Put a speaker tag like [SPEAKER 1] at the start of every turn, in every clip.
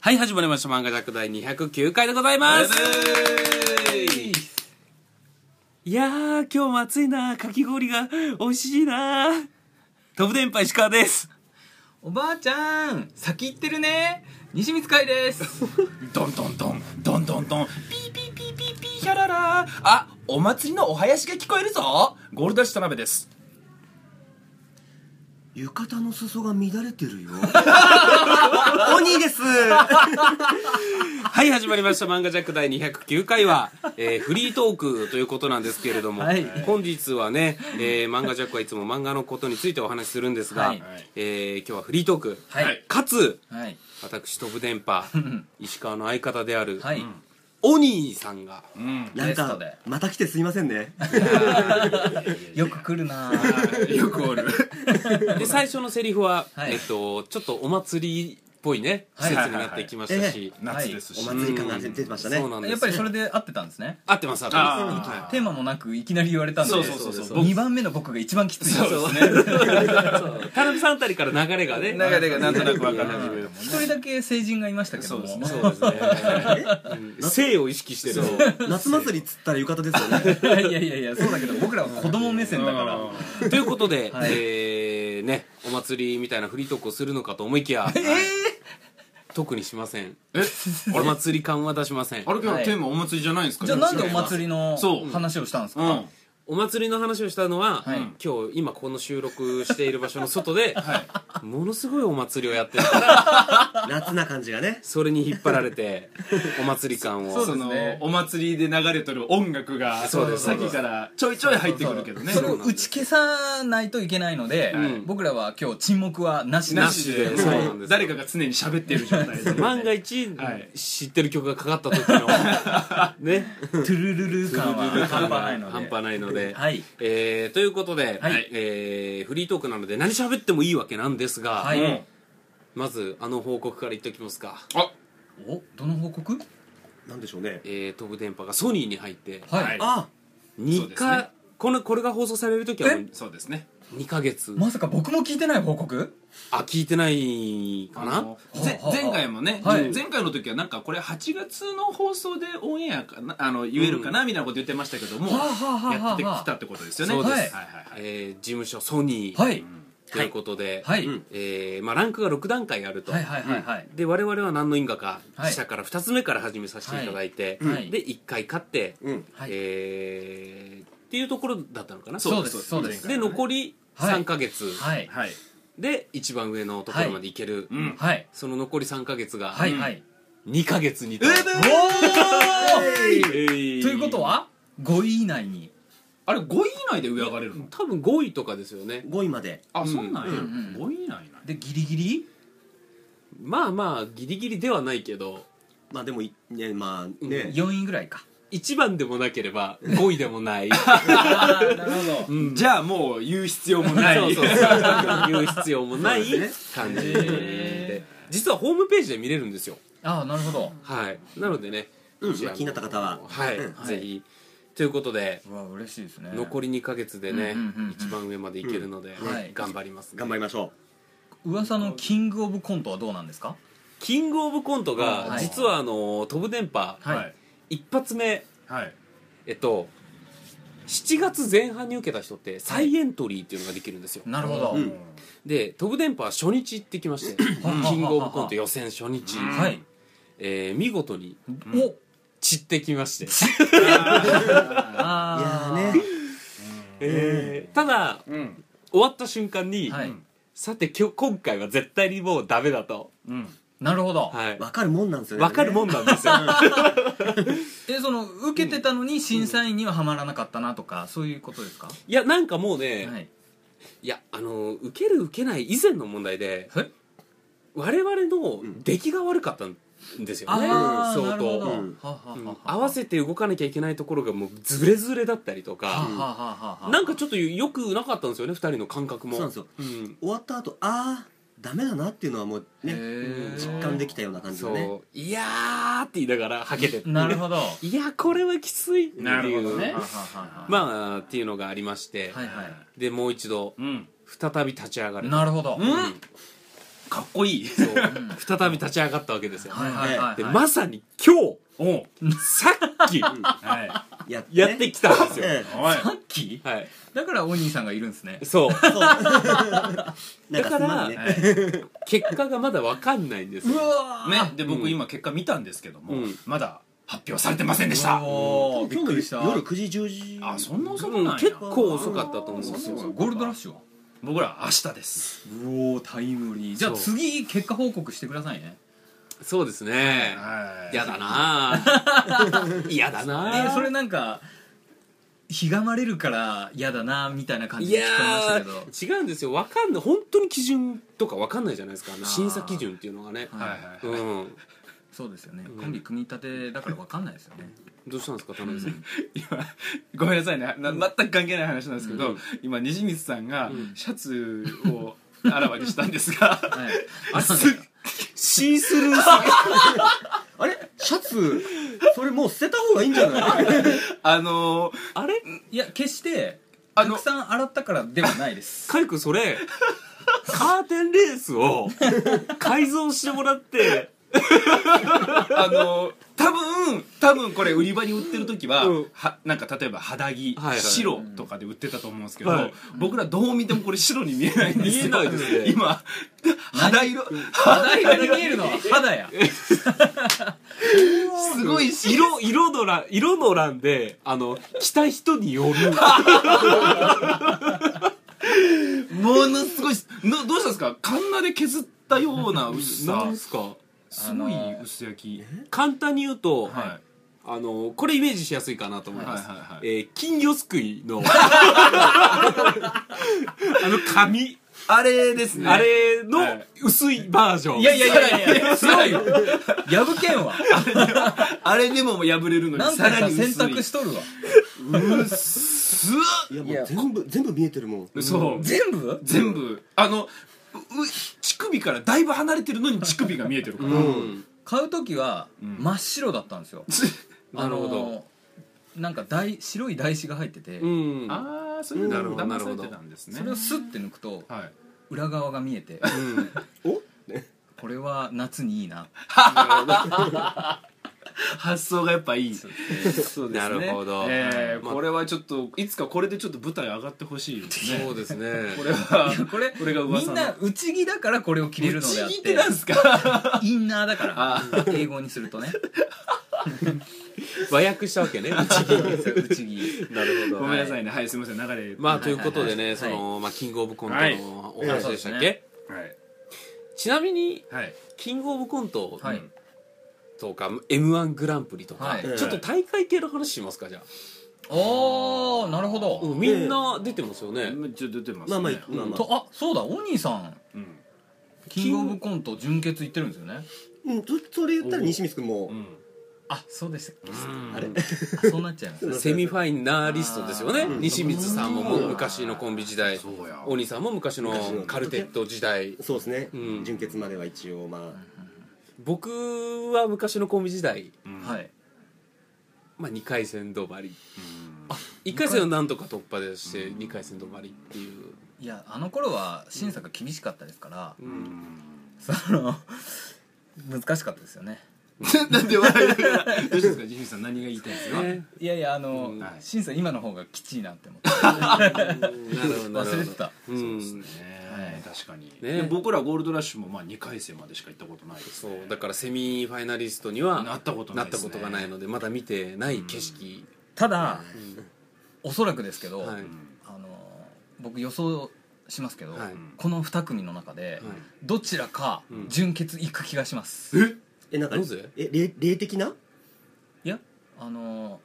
[SPEAKER 1] はい、始まりました。漫画ジャック第209回でございます。いやー、今日も暑いなかき氷が美味しいな飛ぶ電波石川です。
[SPEAKER 2] おばあちゃん先行ってるね西光海です
[SPEAKER 3] どんどんどんどんどんどんピーピーピーピーピーヒャララあお祭りのお囃子が聞こえるぞゴールドッシュ田辺です
[SPEAKER 4] 浴衣の裾が乱れてるよ鬼です
[SPEAKER 1] はい、始まりました。漫画ジャック第209回は、えーフリートークということなんですけれども、
[SPEAKER 2] はい
[SPEAKER 1] 本日はね、えー漫画ジャックはいつも漫画のことについてお話しするんですが、
[SPEAKER 2] はい
[SPEAKER 1] えー今日はフリートーク、
[SPEAKER 2] はい
[SPEAKER 1] かつ、
[SPEAKER 2] はい
[SPEAKER 1] 私、飛ぶ電波、石川の相方である、
[SPEAKER 2] はい、
[SPEAKER 1] オニーさんが、
[SPEAKER 3] うん
[SPEAKER 4] な
[SPEAKER 2] ゲ
[SPEAKER 4] ん
[SPEAKER 2] スト
[SPEAKER 4] か
[SPEAKER 2] で
[SPEAKER 4] また来てすいませんね
[SPEAKER 2] よく来るな
[SPEAKER 3] よくおる
[SPEAKER 1] で最初のセリフは、
[SPEAKER 2] はい
[SPEAKER 1] えっと、ちょっとお祭りっぽいね季
[SPEAKER 2] はい
[SPEAKER 1] 節になってきましたし、
[SPEAKER 3] 夏です
[SPEAKER 4] お
[SPEAKER 3] し、
[SPEAKER 4] 祭り感が出てましたね
[SPEAKER 1] そうなんです
[SPEAKER 2] やっぱりそれで合ってたんですね
[SPEAKER 1] 合ってます合ってますはい
[SPEAKER 2] テーマもなくいきなり言われたんで
[SPEAKER 1] そうそうそうそう僕
[SPEAKER 2] 2番目の僕が一番きついそうです
[SPEAKER 1] そ
[SPEAKER 2] ね
[SPEAKER 1] う田辺さんあたりから流れがね
[SPEAKER 3] 流れがなんとなく分かり始める
[SPEAKER 2] 一人だけ成人がいましたけども
[SPEAKER 3] そう
[SPEAKER 1] そうですねうん性を意識してる
[SPEAKER 4] 夏祭りっつったら浴衣ですよね
[SPEAKER 2] いやいやいやそうだけど僕らは子供目線だから
[SPEAKER 1] ということで、
[SPEAKER 2] はい
[SPEAKER 1] えーねお祭りみたいなフリートークをするのかと思いきや、特にしません
[SPEAKER 3] え
[SPEAKER 1] お祭り感は出しません
[SPEAKER 3] あれ今日テーマお祭りじゃないんですか
[SPEAKER 2] じゃあなんでお祭りの
[SPEAKER 3] そう
[SPEAKER 2] 話をしたんです
[SPEAKER 3] う
[SPEAKER 2] か
[SPEAKER 3] ん
[SPEAKER 1] お祭りの話をしたのは、
[SPEAKER 2] はい
[SPEAKER 1] 今日今この収録している場所の外で、ものすごいお祭りをやってる から
[SPEAKER 4] 夏な感じがね
[SPEAKER 1] それに引っ張られてお祭り感を
[SPEAKER 3] そ
[SPEAKER 2] ですね
[SPEAKER 3] のお祭りで流れとる音楽が
[SPEAKER 1] そうです
[SPEAKER 3] さっきからちょいちょい入ってくるけどね
[SPEAKER 2] それを打ち消さないといけないので、
[SPEAKER 1] ん
[SPEAKER 2] 僕らは今日沈黙はなし
[SPEAKER 3] なし
[SPEAKER 1] な
[SPEAKER 3] で
[SPEAKER 1] しで
[SPEAKER 3] もう
[SPEAKER 1] そうなんですよ
[SPEAKER 3] 誰かが常に喋ってる状態で
[SPEAKER 1] 万が一、
[SPEAKER 3] はい
[SPEAKER 1] 知ってる曲がかかった時 のね
[SPEAKER 2] トゥルルル感は半端ないので
[SPEAKER 1] 半端ないので、
[SPEAKER 2] はい
[SPEAKER 1] えーということで、
[SPEAKER 2] はい
[SPEAKER 1] えーフリートークなので何喋ってもいいわけなんですが、
[SPEAKER 2] はい、
[SPEAKER 3] うん
[SPEAKER 1] まずあの報告から言っておきますか、
[SPEAKER 3] あ
[SPEAKER 2] おどの報告
[SPEAKER 4] なんでしょうね
[SPEAKER 1] えー、飛ぶ電波がソニーに入って
[SPEAKER 2] はい、
[SPEAKER 4] あ
[SPEAKER 1] 2
[SPEAKER 3] そう
[SPEAKER 1] 回、
[SPEAKER 3] です
[SPEAKER 1] このこれが放送される時はもう
[SPEAKER 3] そうですね
[SPEAKER 1] 2ヶ月
[SPEAKER 2] まさか僕も聞いてない報告
[SPEAKER 1] あ聞いてないか
[SPEAKER 3] あ
[SPEAKER 1] な
[SPEAKER 3] のぜ
[SPEAKER 2] はあはあ
[SPEAKER 3] 前回もね、
[SPEAKER 2] はい
[SPEAKER 3] 前回の時はなんかこれ8月の放送でオンエアかなあの言えるかな、みたいなこと言ってましたけども、
[SPEAKER 2] はあはあはあはあ
[SPEAKER 3] やってきたってことですよね
[SPEAKER 1] そう
[SPEAKER 2] です
[SPEAKER 3] はいはいはいはい
[SPEAKER 1] えー事務所ソニー、
[SPEAKER 2] はい、
[SPEAKER 1] ということで、
[SPEAKER 2] はい
[SPEAKER 4] うん
[SPEAKER 1] えーまあ、ランクが6段階あると、
[SPEAKER 2] はいはいはいはい
[SPEAKER 1] で我々は何の因果か、
[SPEAKER 2] はい
[SPEAKER 1] 下から2つ目から始めさせていただいて、
[SPEAKER 2] はいはい
[SPEAKER 1] で1回勝って、
[SPEAKER 4] うん
[SPEAKER 2] はい
[SPEAKER 1] えーっていうところだったのかな
[SPEAKER 2] そうですそうです
[SPEAKER 1] でで残り
[SPEAKER 2] はい
[SPEAKER 1] 3ヶ月、
[SPEAKER 2] はい
[SPEAKER 3] はい
[SPEAKER 1] で一番上のところまでいける、
[SPEAKER 3] うん
[SPEAKER 2] はい
[SPEAKER 1] その残り3ヶ月が
[SPEAKER 2] はいはい
[SPEAKER 1] 2ヶ月に
[SPEAKER 3] え
[SPEAKER 1] と、
[SPEAKER 2] お
[SPEAKER 3] ー
[SPEAKER 2] ー
[SPEAKER 1] えー
[SPEAKER 2] ということは5位以内に
[SPEAKER 3] あれ5位以内で上上がれるの
[SPEAKER 1] 多分5位とかですよね
[SPEAKER 4] 5位まで
[SPEAKER 3] あそうなんや、
[SPEAKER 1] うん
[SPEAKER 2] うん
[SPEAKER 3] 5位以内なんや
[SPEAKER 2] でギリギリ
[SPEAKER 1] まあまあギリギリではないけど
[SPEAKER 4] まあでもいねまあね
[SPEAKER 2] 4位ぐらいか
[SPEAKER 1] 1番でもなければ5位でもない
[SPEAKER 2] あーなるほど
[SPEAKER 1] うん
[SPEAKER 3] じゃあもう言う必要もない
[SPEAKER 1] そうそうそう言う必要もない
[SPEAKER 4] そうです
[SPEAKER 1] 感じで実はホームページで見れるんですよ
[SPEAKER 2] ああなるほど
[SPEAKER 1] はいなのでね、
[SPEAKER 4] うん
[SPEAKER 1] こちらも
[SPEAKER 4] 気になった方は
[SPEAKER 1] はい、
[SPEAKER 4] うん
[SPEAKER 1] ぜひということで
[SPEAKER 2] うわ嬉しいですね
[SPEAKER 1] 残り2ヶ月でね、
[SPEAKER 2] うんうんうんうん
[SPEAKER 1] 一番上までいけるので、
[SPEAKER 2] うんはい
[SPEAKER 1] 頑張ります、
[SPEAKER 4] 頑張りましょ
[SPEAKER 2] 噂のキングオブコントはどうなんですか
[SPEAKER 1] キングオブコントが、
[SPEAKER 2] はい
[SPEAKER 1] 実はあの飛ぶ電波、
[SPEAKER 2] はい
[SPEAKER 1] 一発目
[SPEAKER 3] はい
[SPEAKER 1] えっと7月前半に受けた人って再エントリーっていうのができるんですよ、
[SPEAKER 2] なるほど、
[SPEAKER 4] ううん
[SPEAKER 1] で飛ぶ電波は初日行ってきましてキングオブコント予選初日、
[SPEAKER 2] はい
[SPEAKER 1] えー見事に
[SPEAKER 2] お
[SPEAKER 1] 散ってきまして、
[SPEAKER 4] いや
[SPEAKER 2] あ
[SPEAKER 4] ー
[SPEAKER 2] ー
[SPEAKER 4] ね
[SPEAKER 1] えーただ
[SPEAKER 3] うん
[SPEAKER 1] 終わった瞬間に、
[SPEAKER 2] はい、
[SPEAKER 1] さて今日今回は絶対にもうダメだと、
[SPEAKER 3] うん
[SPEAKER 2] なるほど、
[SPEAKER 1] はい、
[SPEAKER 4] わかるもんなんですよね
[SPEAKER 1] 分かるもんなん ですよ
[SPEAKER 2] えその受けてたのに審査員にははまらなかったなとかそういうことですか、
[SPEAKER 1] いやなんかもうね、、
[SPEAKER 2] はいい
[SPEAKER 1] やあの受ける受けない以前の問題で
[SPEAKER 2] え
[SPEAKER 1] 我々の出来が悪かったんですよね、
[SPEAKER 2] ああな
[SPEAKER 1] 相
[SPEAKER 2] るほど、
[SPEAKER 1] 当
[SPEAKER 2] は
[SPEAKER 4] うん
[SPEAKER 2] はは
[SPEAKER 1] うん
[SPEAKER 2] は
[SPEAKER 1] 合わせて動かなきゃいけないところがもうズレズレだったりと
[SPEAKER 2] はは
[SPEAKER 1] か、
[SPEAKER 2] ははは
[SPEAKER 1] なんかちょっとよくなかったんですよね2人の感覚も
[SPEAKER 4] そうなんですよ
[SPEAKER 1] うん
[SPEAKER 4] 終わった後ああダメだなっていうのはもう
[SPEAKER 2] へ
[SPEAKER 4] ね
[SPEAKER 2] ー
[SPEAKER 4] 実感できたような感じ
[SPEAKER 1] そ
[SPEAKER 4] のね
[SPEAKER 1] ういやーって言いながらはけてって
[SPEAKER 2] なるほどはい
[SPEAKER 1] やこれはきついっていう
[SPEAKER 3] なるほどね
[SPEAKER 2] ははは
[SPEAKER 1] まあっていうのがありまして、
[SPEAKER 2] はいはい
[SPEAKER 1] でもう一度
[SPEAKER 3] うん
[SPEAKER 1] 再び立ち上がる
[SPEAKER 2] なるほど、
[SPEAKER 3] うんかっこいい
[SPEAKER 1] 再び立ち上がったわけですよ、
[SPEAKER 2] はいはいはい、
[SPEAKER 1] で
[SPEAKER 2] はい
[SPEAKER 1] まさに今日
[SPEAKER 3] おう
[SPEAKER 1] さっき
[SPEAKER 3] はい
[SPEAKER 4] やって
[SPEAKER 1] やってきたんですよ、
[SPEAKER 4] ええ
[SPEAKER 3] おい
[SPEAKER 2] さっき
[SPEAKER 1] はい
[SPEAKER 2] だからお兄さんがいるんですね
[SPEAKER 1] そう
[SPEAKER 4] なんかすまん
[SPEAKER 1] だ
[SPEAKER 4] ね
[SPEAKER 1] か
[SPEAKER 2] はい
[SPEAKER 1] 結果がまだわかんないん ですよ
[SPEAKER 2] わ
[SPEAKER 3] ねで
[SPEAKER 1] う
[SPEAKER 3] 僕
[SPEAKER 1] ん
[SPEAKER 3] 今結果見たんですけども
[SPEAKER 1] うん
[SPEAKER 3] まだ発表されてませんでした
[SPEAKER 2] おーびっくりした
[SPEAKER 4] 夜9時10時
[SPEAKER 3] あそんな遅く
[SPEAKER 1] うん
[SPEAKER 3] ない
[SPEAKER 1] 結構遅かったと思うんです
[SPEAKER 2] そう
[SPEAKER 1] よ
[SPEAKER 2] かゴールドラッシュは
[SPEAKER 3] 僕ら明日です
[SPEAKER 2] うおタイムリーじゃあ
[SPEAKER 1] そう
[SPEAKER 2] 次結果報告してくださいね
[SPEAKER 1] そうですね
[SPEAKER 3] はい
[SPEAKER 1] 嫌だ なぁ嫌だな
[SPEAKER 2] え
[SPEAKER 1] ぁ
[SPEAKER 2] それなんかひがまれるから嫌だなみたいな感じ
[SPEAKER 1] い
[SPEAKER 2] で
[SPEAKER 1] や
[SPEAKER 2] 聞こえましたけど
[SPEAKER 1] ー違うんですよわかんない本当に基準とかわかんないじゃないですかあの審査基準っていうのがね
[SPEAKER 2] は
[SPEAKER 3] はい
[SPEAKER 1] うん
[SPEAKER 3] はい
[SPEAKER 2] そうですよね
[SPEAKER 1] ん
[SPEAKER 2] コンビ組み立てだから分かんないですよね
[SPEAKER 1] どうしたんですか田辺 さん
[SPEAKER 3] 今ごめんなさいねな全く関係ない話なんですけ
[SPEAKER 1] う
[SPEAKER 3] ど
[SPEAKER 1] ん
[SPEAKER 3] 今西光さんが
[SPEAKER 1] うん
[SPEAKER 3] シャツをあらわにしたんです
[SPEAKER 2] は
[SPEAKER 3] が
[SPEAKER 2] いあれなん
[SPEAKER 3] す
[SPEAKER 2] だ
[SPEAKER 3] っ
[SPEAKER 2] よ
[SPEAKER 1] シースルー
[SPEAKER 4] あれシャツそれもう捨てた方がいいんじゃない
[SPEAKER 3] あのー
[SPEAKER 1] あれ
[SPEAKER 2] いや決して
[SPEAKER 3] あ
[SPEAKER 2] た
[SPEAKER 3] の
[SPEAKER 2] くさん洗ったからではない です
[SPEAKER 1] カイ君それカーテンレース を改造してもらって
[SPEAKER 3] あの多分多分これ売り場に売ってる時は,、
[SPEAKER 1] うん
[SPEAKER 3] はなんか例えば肌着、
[SPEAKER 1] はいはい
[SPEAKER 3] 白とかで売ってたと思うんですけど、
[SPEAKER 1] はい
[SPEAKER 3] 僕らどう見てもこれ白に見えないんですよ
[SPEAKER 1] 見えないですね
[SPEAKER 3] 今肌色
[SPEAKER 2] 肌色に見えるのは肌や
[SPEAKER 3] すごいし
[SPEAKER 1] 色色の欄色の欄であの着た人による
[SPEAKER 3] ものすごいのどうしたんですかカンナで削ったような薄
[SPEAKER 1] な
[SPEAKER 3] さ
[SPEAKER 1] んですか
[SPEAKER 3] すごい薄焼き、
[SPEAKER 1] 簡単に言うと、
[SPEAKER 3] はい、はい
[SPEAKER 1] あのこれイメージしやすいかなと思います、
[SPEAKER 3] はいはいはい
[SPEAKER 1] えー金魚すくいのあの紙
[SPEAKER 3] あれですね
[SPEAKER 1] あれの
[SPEAKER 3] はい
[SPEAKER 1] 薄いバージョン、
[SPEAKER 2] いやいやいやいやいや強いよ破けんわ
[SPEAKER 3] あれでも破れるの
[SPEAKER 2] な
[SPEAKER 3] に
[SPEAKER 2] ん
[SPEAKER 3] さ
[SPEAKER 2] から
[SPEAKER 3] に
[SPEAKER 2] 選
[SPEAKER 3] 薄い
[SPEAKER 2] 択しとるわ
[SPEAKER 3] 薄っ
[SPEAKER 4] いやもう全部全部見えてるもん
[SPEAKER 3] そう
[SPEAKER 2] 全部
[SPEAKER 3] 全部あのうう乳首からだいぶ離れてるのに乳首が見えてるから、
[SPEAKER 1] うん、
[SPEAKER 2] 買う時は真っ白だったんです よ
[SPEAKER 1] なるほど、
[SPEAKER 2] あのーなんか台白い台紙が入ってて
[SPEAKER 1] うん
[SPEAKER 3] ああそういうの
[SPEAKER 1] なるほど
[SPEAKER 3] 騙されてたんですね
[SPEAKER 2] それをスッて抜くと
[SPEAKER 3] はい
[SPEAKER 2] 裏側が見えて
[SPEAKER 1] うん
[SPEAKER 4] お
[SPEAKER 2] これは夏にいいな
[SPEAKER 3] 発想がやっぱいいそうです ね
[SPEAKER 1] なるほど
[SPEAKER 3] えー
[SPEAKER 1] まあ
[SPEAKER 3] これはちょっといつかこれでちょっと舞台上がってほ しいですね
[SPEAKER 1] そうですね
[SPEAKER 3] これは
[SPEAKER 2] これ
[SPEAKER 3] これが
[SPEAKER 2] み
[SPEAKER 3] 噂の
[SPEAKER 2] んな内着だからこれを着れるのであっ
[SPEAKER 3] ちぎって
[SPEAKER 2] て
[SPEAKER 3] なんすか
[SPEAKER 2] インナーだか
[SPEAKER 3] あ
[SPEAKER 2] ら英語にする とね
[SPEAKER 1] 和訳したわけね
[SPEAKER 2] 内着
[SPEAKER 1] なるほ
[SPEAKER 3] ごめんなさいねはいすみません流れ
[SPEAKER 1] まあ
[SPEAKER 2] い
[SPEAKER 1] ということでね、
[SPEAKER 2] はい
[SPEAKER 1] その、まあ、キングオブコント
[SPEAKER 3] はい
[SPEAKER 1] のお話でしたっけ、
[SPEAKER 2] え
[SPEAKER 3] はい
[SPEAKER 1] ちなみに
[SPEAKER 3] はい
[SPEAKER 1] キングオブコント
[SPEAKER 2] はい
[SPEAKER 1] とか、m 1グランプリとか、
[SPEAKER 2] はい
[SPEAKER 1] ちょっと大会系の話しますかじゃあ、
[SPEAKER 2] おーなるほど
[SPEAKER 1] うんみんな出てますよね、
[SPEAKER 3] ちょっと出てますね
[SPEAKER 4] まあまあまあまあ
[SPEAKER 2] とあそうだお兄さん
[SPEAKER 3] うん
[SPEAKER 2] キングオブコント準決行ってるんですよね
[SPEAKER 4] うんそそれ言ったら西光君も
[SPEAKER 3] うん
[SPEAKER 2] あそうでしたっ
[SPEAKER 1] うん
[SPEAKER 4] あれ
[SPEAKER 2] けあそうなっちゃいます
[SPEAKER 1] セミファイナリストですよね
[SPEAKER 2] あー
[SPEAKER 1] 西光さんももう昔のコンビ時代
[SPEAKER 3] そうや
[SPEAKER 1] 鬼さんも昔のカルテット時代
[SPEAKER 4] そうですね
[SPEAKER 1] うん
[SPEAKER 4] 純潔までは一応ま
[SPEAKER 1] 僕は昔のコンビ時代、
[SPEAKER 3] うん
[SPEAKER 2] はい
[SPEAKER 1] まあ、2回戦止まり
[SPEAKER 3] うん
[SPEAKER 1] 1回戦をなんとか突破でして2回戦止まりっていう、
[SPEAKER 2] いやあの頃は審査が厳しかったですから
[SPEAKER 1] う
[SPEAKER 3] うんん
[SPEAKER 2] その難しかったですよね
[SPEAKER 3] なんで笑いながらどうしたんですかジミーさん何が言いたいですか
[SPEAKER 1] ね
[SPEAKER 2] いやいやあの、
[SPEAKER 1] うん
[SPEAKER 3] はい
[SPEAKER 2] 審査今の方がきちいなって思って
[SPEAKER 1] なるほどなるほど
[SPEAKER 2] 忘れてた
[SPEAKER 1] うん
[SPEAKER 3] ね確かに、
[SPEAKER 1] ね
[SPEAKER 3] で僕らゴールドラッシュもまあ2回戦までしか行ったことないです、
[SPEAKER 1] そ
[SPEAKER 3] ね、
[SPEAKER 1] うだからセミファイナリストには
[SPEAKER 3] なったこと
[SPEAKER 1] な
[SPEAKER 3] な
[SPEAKER 1] っ
[SPEAKER 3] い
[SPEAKER 1] た
[SPEAKER 3] です
[SPEAKER 1] こ
[SPEAKER 3] ね
[SPEAKER 1] とがないのでまだ見てない景色、
[SPEAKER 2] ただ、おそらくですけど、
[SPEAKER 1] はい
[SPEAKER 3] うん
[SPEAKER 2] あの僕予想しますけど、
[SPEAKER 1] はい
[SPEAKER 2] この2組の中で、
[SPEAKER 1] はい
[SPEAKER 2] どちらか
[SPEAKER 1] うん
[SPEAKER 2] 準決行く気がします、
[SPEAKER 3] え
[SPEAKER 4] あえなんか
[SPEAKER 1] なぜ
[SPEAKER 4] え霊霊的ない
[SPEAKER 2] やあの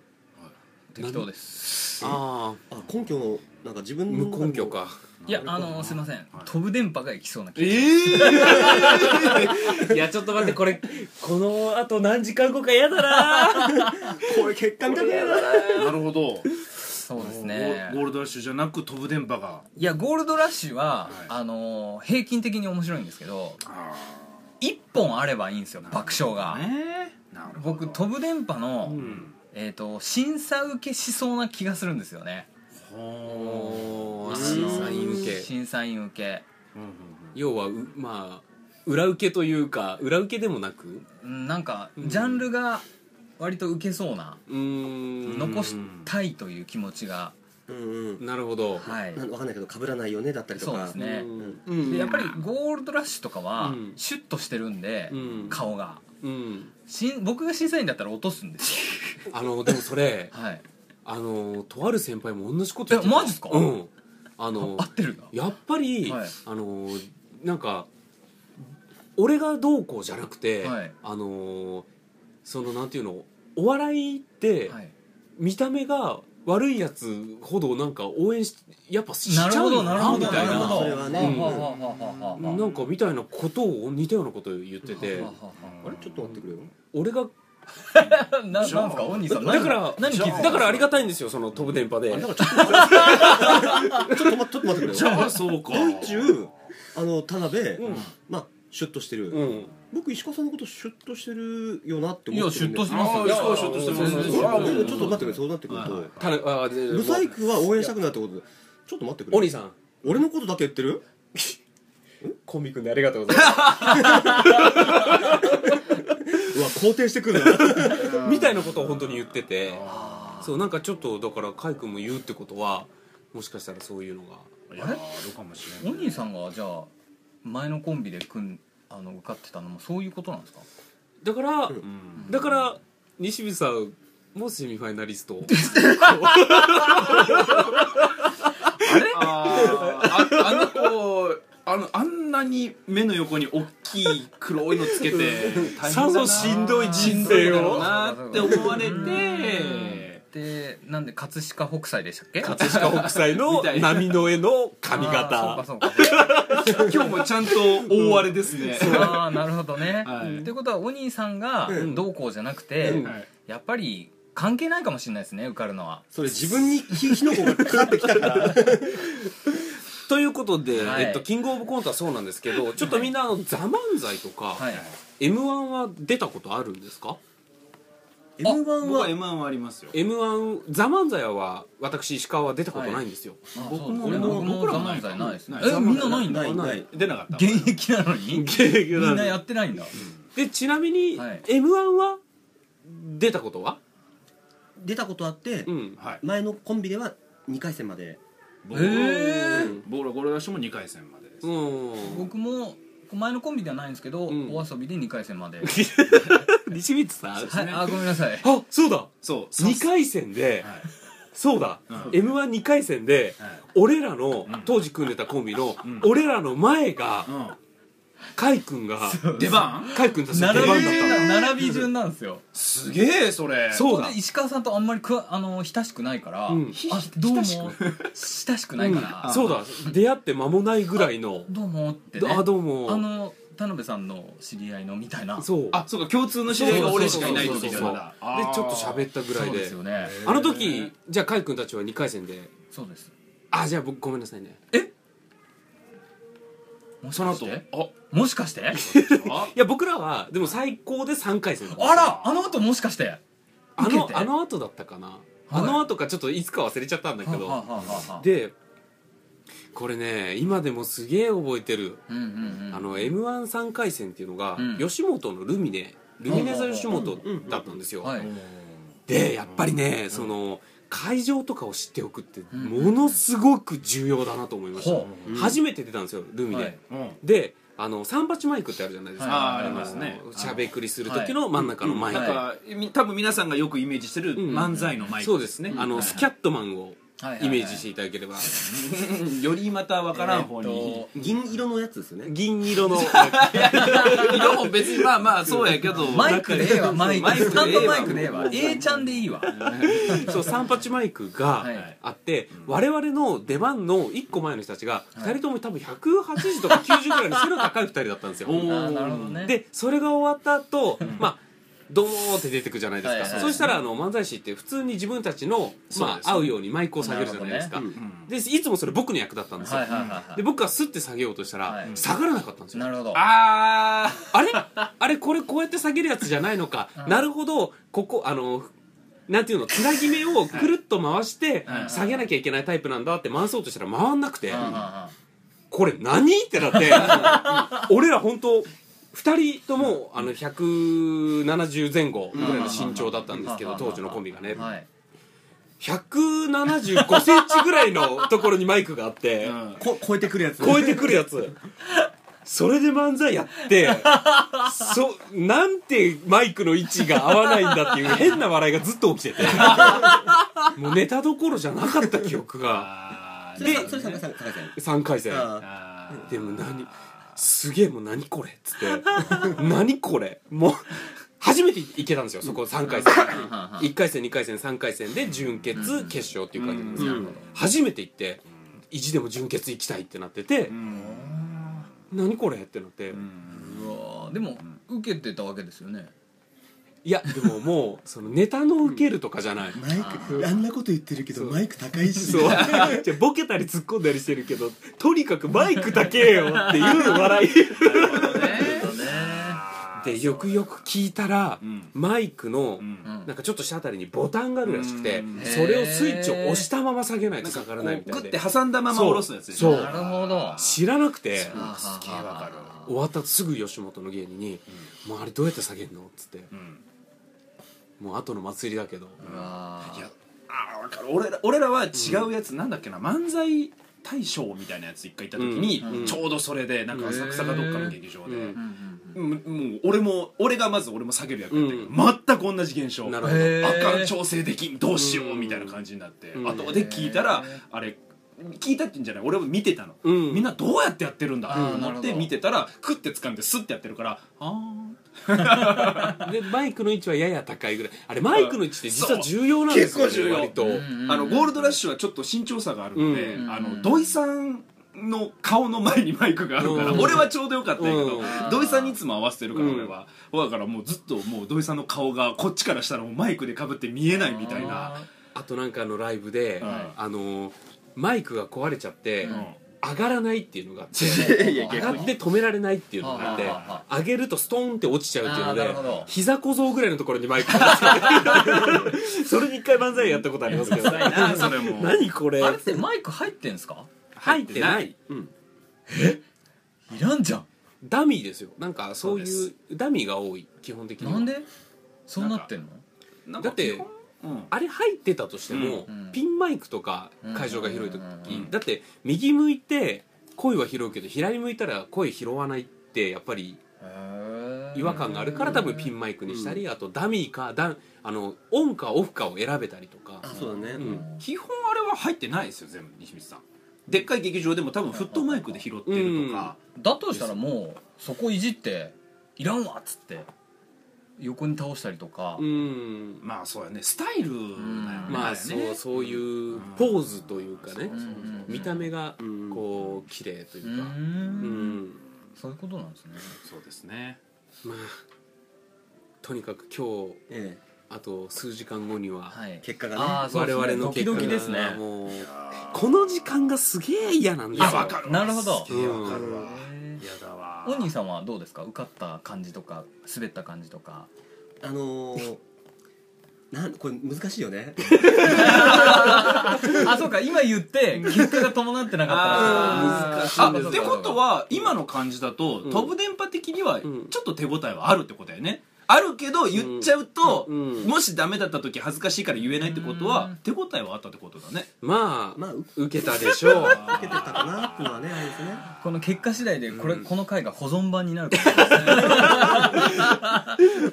[SPEAKER 2] 適当です
[SPEAKER 1] あ
[SPEAKER 4] あ根拠のなんか自
[SPEAKER 1] あ
[SPEAKER 4] 分の
[SPEAKER 1] 無根拠か
[SPEAKER 2] いやあのすいません、
[SPEAKER 3] い
[SPEAKER 2] 飛ぶ電波が行きそうな気
[SPEAKER 3] え
[SPEAKER 2] が
[SPEAKER 3] ー、
[SPEAKER 1] いやちょっと待ってこれこのあと何時間後か嫌だな
[SPEAKER 4] これ結果見たくねえな
[SPEAKER 3] なるほど
[SPEAKER 2] そうです
[SPEAKER 3] ゴーゴー
[SPEAKER 2] ね
[SPEAKER 3] ルドラッシュじゃなく飛ぶ電波が
[SPEAKER 2] いやゴールドラッシュは、
[SPEAKER 3] はい
[SPEAKER 2] あの平均的に面白いんですけど
[SPEAKER 3] あ
[SPEAKER 2] 1本あればいいんですよ爆笑が、
[SPEAKER 3] えー、なるほど
[SPEAKER 2] 僕飛ぶ電波の、
[SPEAKER 1] うん
[SPEAKER 2] えー、と審査受けしそうな気がするんですよね
[SPEAKER 3] ほ
[SPEAKER 1] お
[SPEAKER 2] あ
[SPEAKER 1] ー
[SPEAKER 2] の
[SPEAKER 1] 審査員受け
[SPEAKER 2] 審査員受け
[SPEAKER 3] ーうんうんうん
[SPEAKER 1] 要はうまあ裏受けというか裏受けでもなく
[SPEAKER 2] うんなんかジャンルが割と受けそうな
[SPEAKER 1] うーん
[SPEAKER 2] 残したいという気持ちが
[SPEAKER 4] うんうん
[SPEAKER 1] なるほど、
[SPEAKER 2] はい
[SPEAKER 4] なんかわかんないけど被らないよねだったりと
[SPEAKER 2] そうで
[SPEAKER 4] か
[SPEAKER 2] すね
[SPEAKER 1] うん
[SPEAKER 2] でやっぱりゴールドラッシュとかは
[SPEAKER 1] うん
[SPEAKER 2] シュッとしてるんで
[SPEAKER 1] うん
[SPEAKER 2] 顔が
[SPEAKER 1] うん
[SPEAKER 2] しん僕が審査員だったら落とすんです
[SPEAKER 1] あのでもそれ
[SPEAKER 2] よはい
[SPEAKER 1] あのとある先輩も同じこと言って
[SPEAKER 2] えマジっすか
[SPEAKER 1] うんあの
[SPEAKER 2] 合ってるな
[SPEAKER 1] やっぱり、
[SPEAKER 2] はい
[SPEAKER 1] あのなんか俺がどうこうじゃなくて、
[SPEAKER 2] はい
[SPEAKER 1] あのそのなんていうのお笑いって
[SPEAKER 2] はい
[SPEAKER 1] 見た目が悪いやつほどなんか応援しやっぱしちゃ
[SPEAKER 2] なるほ
[SPEAKER 1] うよ
[SPEAKER 2] どなる
[SPEAKER 1] な
[SPEAKER 2] ほ
[SPEAKER 1] み
[SPEAKER 2] ど
[SPEAKER 1] たい
[SPEAKER 2] なる
[SPEAKER 1] な
[SPEAKER 2] ほど
[SPEAKER 4] それはね
[SPEAKER 2] はあはあはあはあはあ
[SPEAKER 1] なんかみたいなことを似たようなことを言ってて
[SPEAKER 2] はあはあは
[SPEAKER 4] あれちょっと待ってくれよ
[SPEAKER 1] 俺が
[SPEAKER 2] あ ななんすかオンニーさん
[SPEAKER 1] だから
[SPEAKER 2] 何気づいた
[SPEAKER 1] だからありがたいんですよその飛ぶ電波で
[SPEAKER 4] あれなんかちょっと ちょっとまちょっと待ってくれよ
[SPEAKER 3] あそうか
[SPEAKER 4] 電柱あの田辺、
[SPEAKER 1] うん
[SPEAKER 4] まあシュッとしてる、
[SPEAKER 1] うん
[SPEAKER 4] 僕石川さんのことシュッとしてるよなって
[SPEAKER 2] い
[SPEAKER 4] 思
[SPEAKER 2] や
[SPEAKER 4] って
[SPEAKER 2] シ
[SPEAKER 4] るんで
[SPEAKER 2] ュッとしてますよ
[SPEAKER 1] いやシュッとしてます
[SPEAKER 2] 全然
[SPEAKER 1] それはも
[SPEAKER 4] で
[SPEAKER 1] う
[SPEAKER 4] もちょっと待ってくれそうなってくると、
[SPEAKER 1] ただあで
[SPEAKER 4] ブサイクは応援したくなるってことでちょっと待ってくれ
[SPEAKER 1] お兄さん
[SPEAKER 4] 俺のことだけ言ってる
[SPEAKER 1] コンビ組んでありがとうございま
[SPEAKER 4] うわ肯定してくるな
[SPEAKER 1] すみたいなことを本当に言っててそうなんかちょっとだから海君も言うってことはもしかしたらそういうのが
[SPEAKER 3] いやあるかもしれ
[SPEAKER 2] オ
[SPEAKER 3] ない
[SPEAKER 2] ンニーさんがじゃあ前のコンビで組んあの受かってたのもそういうことなんですか
[SPEAKER 1] だから、
[SPEAKER 3] うん
[SPEAKER 1] だから西口さんもセミファイナリスト
[SPEAKER 3] あーああの子あのあんなに目の横に大きい黒いのつけて大変だ
[SPEAKER 1] さ
[SPEAKER 3] な
[SPEAKER 1] ぞしんどい人
[SPEAKER 3] しん
[SPEAKER 1] 生
[SPEAKER 3] どいだろう
[SPEAKER 1] を
[SPEAKER 3] なって思われて
[SPEAKER 2] でなんで葛飾北斎でしたっけ
[SPEAKER 1] 葛飾北斎の
[SPEAKER 3] みたいな
[SPEAKER 1] 波の絵の髪
[SPEAKER 2] あー
[SPEAKER 1] 型
[SPEAKER 2] そうかそうか
[SPEAKER 3] 今日もちゃんと大荒れですね
[SPEAKER 2] ああなるほどね、
[SPEAKER 3] はい
[SPEAKER 2] ってことはお兄さんが
[SPEAKER 4] うん
[SPEAKER 2] どうこうじゃなくて、
[SPEAKER 1] うん
[SPEAKER 3] はい
[SPEAKER 2] やっぱり関係ないかもしれないですね受かるのは
[SPEAKER 4] それ自分に火火の粉がかかってきたから
[SPEAKER 1] ということで、
[SPEAKER 2] はい
[SPEAKER 1] えっと、キングオブコントはそうなんですけどちょっとみんなあの「ザ・漫才」とか
[SPEAKER 2] はい
[SPEAKER 1] m 1は出たことあるんですか
[SPEAKER 4] m 1
[SPEAKER 3] 僕は
[SPEAKER 4] は
[SPEAKER 3] M1 はありますよ
[SPEAKER 1] m 1ザ・漫才は私石川は出たことないんですよ、
[SPEAKER 3] 僕も
[SPEAKER 2] 俺
[SPEAKER 3] 俺も
[SPEAKER 2] も僕
[SPEAKER 3] 僕ら
[SPEAKER 2] ら
[SPEAKER 3] も
[SPEAKER 2] な
[SPEAKER 3] ない
[SPEAKER 2] で
[SPEAKER 3] い
[SPEAKER 2] すないですね
[SPEAKER 3] ない
[SPEAKER 2] えみんなないんだ
[SPEAKER 4] ないない
[SPEAKER 3] 出なかった
[SPEAKER 2] 現役なのにみんなやってないんだ
[SPEAKER 1] でちなみに、
[SPEAKER 2] はい
[SPEAKER 1] m 1は出たことは、
[SPEAKER 4] 出たことあって、
[SPEAKER 1] うん、
[SPEAKER 3] はい
[SPEAKER 4] 前のコンビでは2回戦まで
[SPEAKER 3] 僕
[SPEAKER 2] えー
[SPEAKER 3] 僕らゴルダッシュも2回戦までです
[SPEAKER 1] うん
[SPEAKER 2] 僕も前のコンビではないんですけど、
[SPEAKER 1] うん
[SPEAKER 2] お遊びで2回戦まで
[SPEAKER 1] 西光さんあ
[SPEAKER 2] はいあーごめんなさい
[SPEAKER 1] そうだ
[SPEAKER 3] そうそう
[SPEAKER 1] 2回戦で、
[SPEAKER 3] はい
[SPEAKER 1] そうだ、
[SPEAKER 3] うん
[SPEAKER 1] m 1 2回戦で、
[SPEAKER 3] はい
[SPEAKER 1] 俺らの、
[SPEAKER 3] うん
[SPEAKER 1] 当時組んでたコンビの、
[SPEAKER 3] うん
[SPEAKER 1] 俺らの前が甲斐君が
[SPEAKER 3] うん出番
[SPEAKER 1] 甲斐君たちの出
[SPEAKER 2] 並
[SPEAKER 1] 番
[SPEAKER 2] び
[SPEAKER 1] だったの、
[SPEAKER 2] 並び順なんですよ
[SPEAKER 3] すげえそれ
[SPEAKER 1] そうだ
[SPEAKER 2] で石川さんとあんまりくわあの親しくないから、
[SPEAKER 1] うん
[SPEAKER 2] あどうも
[SPEAKER 3] 親し
[SPEAKER 2] 親しくないから、
[SPEAKER 1] うんそうだ出会って間もないぐらいの
[SPEAKER 2] どうもって、ね、
[SPEAKER 1] あどうも
[SPEAKER 2] あの田辺さんの知り合いのみたいな
[SPEAKER 1] そう
[SPEAKER 3] あそうか共通の知り合いが俺しかいない時
[SPEAKER 1] そう
[SPEAKER 3] だ
[SPEAKER 1] そうそうそう
[SPEAKER 3] ま
[SPEAKER 1] で
[SPEAKER 3] だ
[SPEAKER 1] ちょっと喋ったぐらい
[SPEAKER 2] そう
[SPEAKER 1] で
[SPEAKER 2] ですよね
[SPEAKER 1] あの時じゃあ甲斐君たちは2回戦で
[SPEAKER 2] そうです
[SPEAKER 1] あじゃあ僕ごめんなさいね
[SPEAKER 2] もし
[SPEAKER 3] その
[SPEAKER 2] かし
[SPEAKER 3] 後
[SPEAKER 2] て
[SPEAKER 3] あ
[SPEAKER 2] もしかして
[SPEAKER 3] あ
[SPEAKER 1] いや僕らはでも最高で3回戦だった
[SPEAKER 2] あらあの後もしかして
[SPEAKER 1] あ
[SPEAKER 2] 受け
[SPEAKER 1] の
[SPEAKER 2] て
[SPEAKER 1] あの後だったかな、あの後かちょっといつか忘れちゃったんだけど、
[SPEAKER 2] はあはあはあはあ
[SPEAKER 1] でこれね今でもすげえ覚えてる、
[SPEAKER 2] うんうんうん
[SPEAKER 1] あの m 1 3回戦っていうのが、
[SPEAKER 2] うん
[SPEAKER 1] 吉本のルミネルミネ座吉本だったんですよ、
[SPEAKER 2] はい
[SPEAKER 1] でやっぱりね、その会場とかを知っておくって
[SPEAKER 2] ん
[SPEAKER 1] ものすごく重要だなと思いました、
[SPEAKER 2] ほ
[SPEAKER 4] うん
[SPEAKER 1] 初めて出たんですよルミネ、
[SPEAKER 2] はい
[SPEAKER 3] うん
[SPEAKER 1] であの三八マイクってあるじゃないですか、
[SPEAKER 2] はい
[SPEAKER 3] あーありますね
[SPEAKER 1] のしゃべくりする時の真ん中のマイク、
[SPEAKER 2] はい
[SPEAKER 3] なんかみ多分皆さんがよくイメージしてる
[SPEAKER 1] ん
[SPEAKER 3] 漫才のマイク
[SPEAKER 1] そうですね、あの、
[SPEAKER 2] はい
[SPEAKER 1] スキャットマンを
[SPEAKER 2] はいはいはい
[SPEAKER 1] イメージしていただければ、
[SPEAKER 3] うんよりまた分からん方
[SPEAKER 2] えー
[SPEAKER 3] に
[SPEAKER 2] っ
[SPEAKER 4] 銀色のやつですよね
[SPEAKER 1] 銀色 の
[SPEAKER 3] 色も別にまあまあそうやけど
[SPEAKER 2] とマイクでええわマイ
[SPEAKER 3] マイ
[SPEAKER 2] ク
[SPEAKER 3] クでええわ
[SPEAKER 2] スタンドマイクでええわ A ちゃんでいいわ
[SPEAKER 1] そう三八マイク
[SPEAKER 2] は
[SPEAKER 1] が
[SPEAKER 2] い
[SPEAKER 1] あって、我々の出番の一個前の人たちが
[SPEAKER 2] い
[SPEAKER 1] 二人とも多分180とか90ぐらいの背の高い二人だったんです よ
[SPEAKER 3] おー
[SPEAKER 2] あーなるほどね
[SPEAKER 1] でそれが終わった後、まあどうもって出てくじゃないですか、
[SPEAKER 2] はいはい
[SPEAKER 1] そうしたらあの漫才師って普通に自分たちの、
[SPEAKER 3] そう
[SPEAKER 1] ま
[SPEAKER 3] です
[SPEAKER 1] あ、合うようにマイクを下げるじゃないですか、
[SPEAKER 4] なるほ
[SPEAKER 3] うん
[SPEAKER 1] でいつもそれ僕の役だったんですよ、
[SPEAKER 2] はいはいはいはい
[SPEAKER 1] で僕がスッて下げようとしたら、
[SPEAKER 2] はい
[SPEAKER 1] 下がらなかったんですよ
[SPEAKER 2] なるほど
[SPEAKER 3] あ
[SPEAKER 1] あれ あれこれこうやって下げるやつじゃないのか、
[SPEAKER 2] うん
[SPEAKER 1] なるほどここあのなんていうのつなぎ目をくるっと回して
[SPEAKER 2] はい
[SPEAKER 1] 下げなきゃいけないタイプなんだって回そうとしたら回んなくて、
[SPEAKER 2] うんうんうん
[SPEAKER 1] これ何ってなって 俺ら本当二人ともあの170前後ぐらいの身長だったんですけど当時のコンビがね
[SPEAKER 2] はい
[SPEAKER 1] 175センチぐらいのところにマイクがあって、
[SPEAKER 4] こ超えてくるやつ
[SPEAKER 1] 超えてくるやつそれで漫才やってそなんてマイクの位置が合わないんだっていう変な笑いがずっと起きててもうネタどころじゃなかった記憶が
[SPEAKER 3] あー
[SPEAKER 4] でそれさささささ
[SPEAKER 1] 3回戦
[SPEAKER 4] あ
[SPEAKER 3] あー
[SPEAKER 1] でも何すげえもう何これっつって 何これもう初めて行けたんですよそこ3回戦1回戦2回戦3回戦で準決決勝っていう感じなんですよ、
[SPEAKER 2] うん
[SPEAKER 1] 初めて行って意地でも準決行きたいってなってて、何これってなって、
[SPEAKER 2] うわーでも受けてたわけですよね
[SPEAKER 1] いやでももうそのネタの受けるとかじゃない、
[SPEAKER 4] マイクあんなこと言ってるけどマイク高いし
[SPEAKER 1] そうじゃあボケたり突っ込んだりしてるけどとにかくマイクだけよっていう笑いでよくよく聞いたら、
[SPEAKER 3] ん
[SPEAKER 1] マイクの、
[SPEAKER 2] うん
[SPEAKER 1] なんかちょっとしたあたりにボタンがあるらしくて、
[SPEAKER 3] うん
[SPEAKER 1] それをスイッチを押したまま下げないと下がらないみた
[SPEAKER 3] グ
[SPEAKER 1] い
[SPEAKER 3] ッ
[SPEAKER 1] で
[SPEAKER 3] て挟んだまま下ろすやつでし
[SPEAKER 1] そ
[SPEAKER 3] ょ
[SPEAKER 1] う
[SPEAKER 2] なるほど
[SPEAKER 1] 知らなくて
[SPEAKER 2] すげえわかる
[SPEAKER 1] 終わった後すぐ吉本の芸人に「もうあれどうやって下げんの?」っつって
[SPEAKER 3] ん
[SPEAKER 1] 「もう後の祭りだけど
[SPEAKER 2] うわー
[SPEAKER 3] あーわかる俺ら俺らは違うやつ、なんだっけな漫才大賞みたいなやつ一回行った時に、
[SPEAKER 1] うん
[SPEAKER 3] ちょうどそれでなんか浅草かどっかの劇場
[SPEAKER 1] う
[SPEAKER 3] で、
[SPEAKER 2] うんんうん
[SPEAKER 3] うんもう俺も俺がまず俺も下げる役だったけど、全く同じ現象
[SPEAKER 1] なる
[SPEAKER 2] うん
[SPEAKER 1] ほど
[SPEAKER 2] へ
[SPEAKER 3] あかん
[SPEAKER 2] ー
[SPEAKER 3] 調整できんどうしよう
[SPEAKER 1] うん
[SPEAKER 3] みたいな感じになって、
[SPEAKER 1] うん
[SPEAKER 3] 後で聞いたらあれ聞いたってんじゃない俺も見てたの、
[SPEAKER 1] うん
[SPEAKER 3] みんなどうやってやってるんだと
[SPEAKER 2] あーなる
[SPEAKER 3] 思っ
[SPEAKER 2] ほ
[SPEAKER 3] て
[SPEAKER 2] ど
[SPEAKER 3] 見てたらクッて掴んでスッてやってるからあ
[SPEAKER 1] でマイクの位置はやや高いぐらいあれマイクの位置って実は重要なん
[SPEAKER 3] そう
[SPEAKER 1] ですよ、ね、
[SPEAKER 3] 結構重要
[SPEAKER 1] 割と、
[SPEAKER 2] うんうん
[SPEAKER 3] ーあのゴールドラッシュはちょっと身長差があるので、
[SPEAKER 2] うん
[SPEAKER 3] あの土井さんの顔の前にマイクがあるから、
[SPEAKER 1] うん
[SPEAKER 3] 俺はちょうどよかったんやけど、
[SPEAKER 1] うん
[SPEAKER 3] 土井さんにいつも合わせてるから
[SPEAKER 1] うん
[SPEAKER 3] 俺は、だからもうずっともう土井さんの顔がこっちからしたらもうマイクでかぶって見えないみたいな、
[SPEAKER 1] あとなんかあのライブで、
[SPEAKER 3] うん
[SPEAKER 1] あのマイクが壊れちゃって、
[SPEAKER 2] うん
[SPEAKER 1] 上がらないっていうのがあって
[SPEAKER 3] いや
[SPEAKER 1] 上
[SPEAKER 3] 逆
[SPEAKER 1] がって止められないっていうのがあ
[SPEAKER 2] はあは
[SPEAKER 1] って上げるとストーンって落ちちゃうっていうの
[SPEAKER 2] あーなるほ
[SPEAKER 1] で
[SPEAKER 2] ど
[SPEAKER 1] 膝小僧ぐらいのところにマイク が落ちてそれに一回漫才やったことありますけど
[SPEAKER 3] ないなそれも
[SPEAKER 1] 何これ
[SPEAKER 2] あれってマイク入ってんすか
[SPEAKER 1] 入ってないうん
[SPEAKER 2] いらんじゃん
[SPEAKER 1] ダミーですよなんかそうい
[SPEAKER 3] そ
[SPEAKER 1] うダミーが多い基本的には
[SPEAKER 2] なんでそうなってんの
[SPEAKER 3] なん
[SPEAKER 1] だ
[SPEAKER 3] か
[SPEAKER 1] って
[SPEAKER 3] うん
[SPEAKER 1] あれ入ってたとしても、
[SPEAKER 2] うんうん
[SPEAKER 1] ピンマイクとか会場が広い時、
[SPEAKER 2] うん
[SPEAKER 3] うん
[SPEAKER 1] だって右向いて声は拾うけど左向いたら声拾わないってやっぱり違和感があるから多分ピンマイクにしたり、あとダミーかダンあのオンかオフかを選べたりとか
[SPEAKER 4] あ、そうだね、
[SPEAKER 1] うん
[SPEAKER 3] 基本あれは入ってないですよ全部西光さんでっかい劇場でも多分フットマイクで拾ってるとか、
[SPEAKER 2] だとしたらもうそこいじっていらんわっつって横に倒したりとか
[SPEAKER 1] うん、
[SPEAKER 3] まあそうやねスタイルだよね、
[SPEAKER 2] うん
[SPEAKER 1] まあ
[SPEAKER 3] れね
[SPEAKER 1] そうそういうポーズというかね、
[SPEAKER 2] そうそうそう
[SPEAKER 1] 見た目が
[SPEAKER 4] うん
[SPEAKER 1] こう綺麗といううか、うん
[SPEAKER 2] んそういうことなんですね
[SPEAKER 3] そうですね
[SPEAKER 1] まあとにかく今日
[SPEAKER 4] え
[SPEAKER 1] あと数時間後には、
[SPEAKER 2] はい
[SPEAKER 4] 結果がね
[SPEAKER 2] ああそう
[SPEAKER 1] 我
[SPEAKER 2] ですね
[SPEAKER 1] 々の結果
[SPEAKER 2] ドキドキですね
[SPEAKER 1] がもうこの時間がすげえ嫌なんですよ
[SPEAKER 3] あわかる
[SPEAKER 2] なるほど
[SPEAKER 3] すげえわかるわ
[SPEAKER 2] へー
[SPEAKER 3] 嫌だわ
[SPEAKER 2] オニーさんはどうですか受かった感じとか滑った感じとか
[SPEAKER 4] あのー、なんこれ難しいよね
[SPEAKER 2] あそうか今言って結果が伴ってなか
[SPEAKER 3] あ
[SPEAKER 1] 難し
[SPEAKER 2] った
[SPEAKER 1] い
[SPEAKER 2] ら
[SPEAKER 1] んです
[SPEAKER 3] あってことは今の感じだと、
[SPEAKER 1] うん
[SPEAKER 3] 飛ぶ電波的にはち
[SPEAKER 1] ん
[SPEAKER 3] ょっと手応えはあるってことだよねあるけど言っちゃうと、
[SPEAKER 1] うんうん
[SPEAKER 3] もしダメだった時恥ずかしいから言えないってことは、
[SPEAKER 2] うん
[SPEAKER 3] 手応えはあったってことだね
[SPEAKER 1] まあ、
[SPEAKER 4] まあ受
[SPEAKER 1] 受けたでしょう
[SPEAKER 4] けてたかなっていうのはねあれですね
[SPEAKER 2] この結果次第でこれこの回が保存版になるかもしれ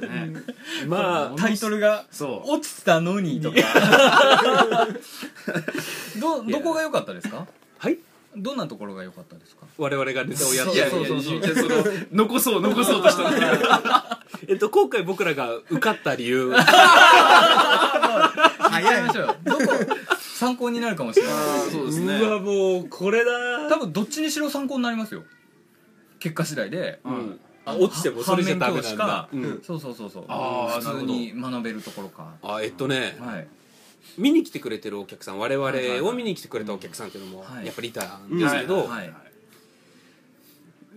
[SPEAKER 2] ない
[SPEAKER 3] ね
[SPEAKER 1] まあ
[SPEAKER 2] タイトルが
[SPEAKER 3] そう
[SPEAKER 2] 落ちたのにとかどどこが良かったですか
[SPEAKER 1] はい
[SPEAKER 2] どんなところが良かったですか
[SPEAKER 1] 我々がネタをやっ
[SPEAKER 2] そう
[SPEAKER 3] い
[SPEAKER 1] て
[SPEAKER 3] やいや
[SPEAKER 2] そうそう
[SPEAKER 3] いやその残そう残そうとしたんだけど
[SPEAKER 1] えっと、今回僕らが受かった理由
[SPEAKER 2] 早いましょうよどこ参考になるかもしれな
[SPEAKER 3] そうですね
[SPEAKER 1] うわもうこれだ
[SPEAKER 2] い多分どっちにしろ参考になりますよ結果次第で
[SPEAKER 1] うんあ落ちてもそれじゃダメなんだ
[SPEAKER 2] 反、
[SPEAKER 1] う
[SPEAKER 2] 面教師
[SPEAKER 1] ん
[SPEAKER 2] かそうそうそうそう
[SPEAKER 3] あー
[SPEAKER 2] 普通に学べるところか
[SPEAKER 1] あえっとね、
[SPEAKER 2] はい
[SPEAKER 1] 見に来てくれてるお客さん我
[SPEAKER 2] はいはい
[SPEAKER 1] 々
[SPEAKER 2] は
[SPEAKER 1] を
[SPEAKER 2] い
[SPEAKER 1] 見に来てくれたお客さんっていうのも
[SPEAKER 2] はい
[SPEAKER 1] やっぱりいたんですけど、
[SPEAKER 3] はい
[SPEAKER 2] はい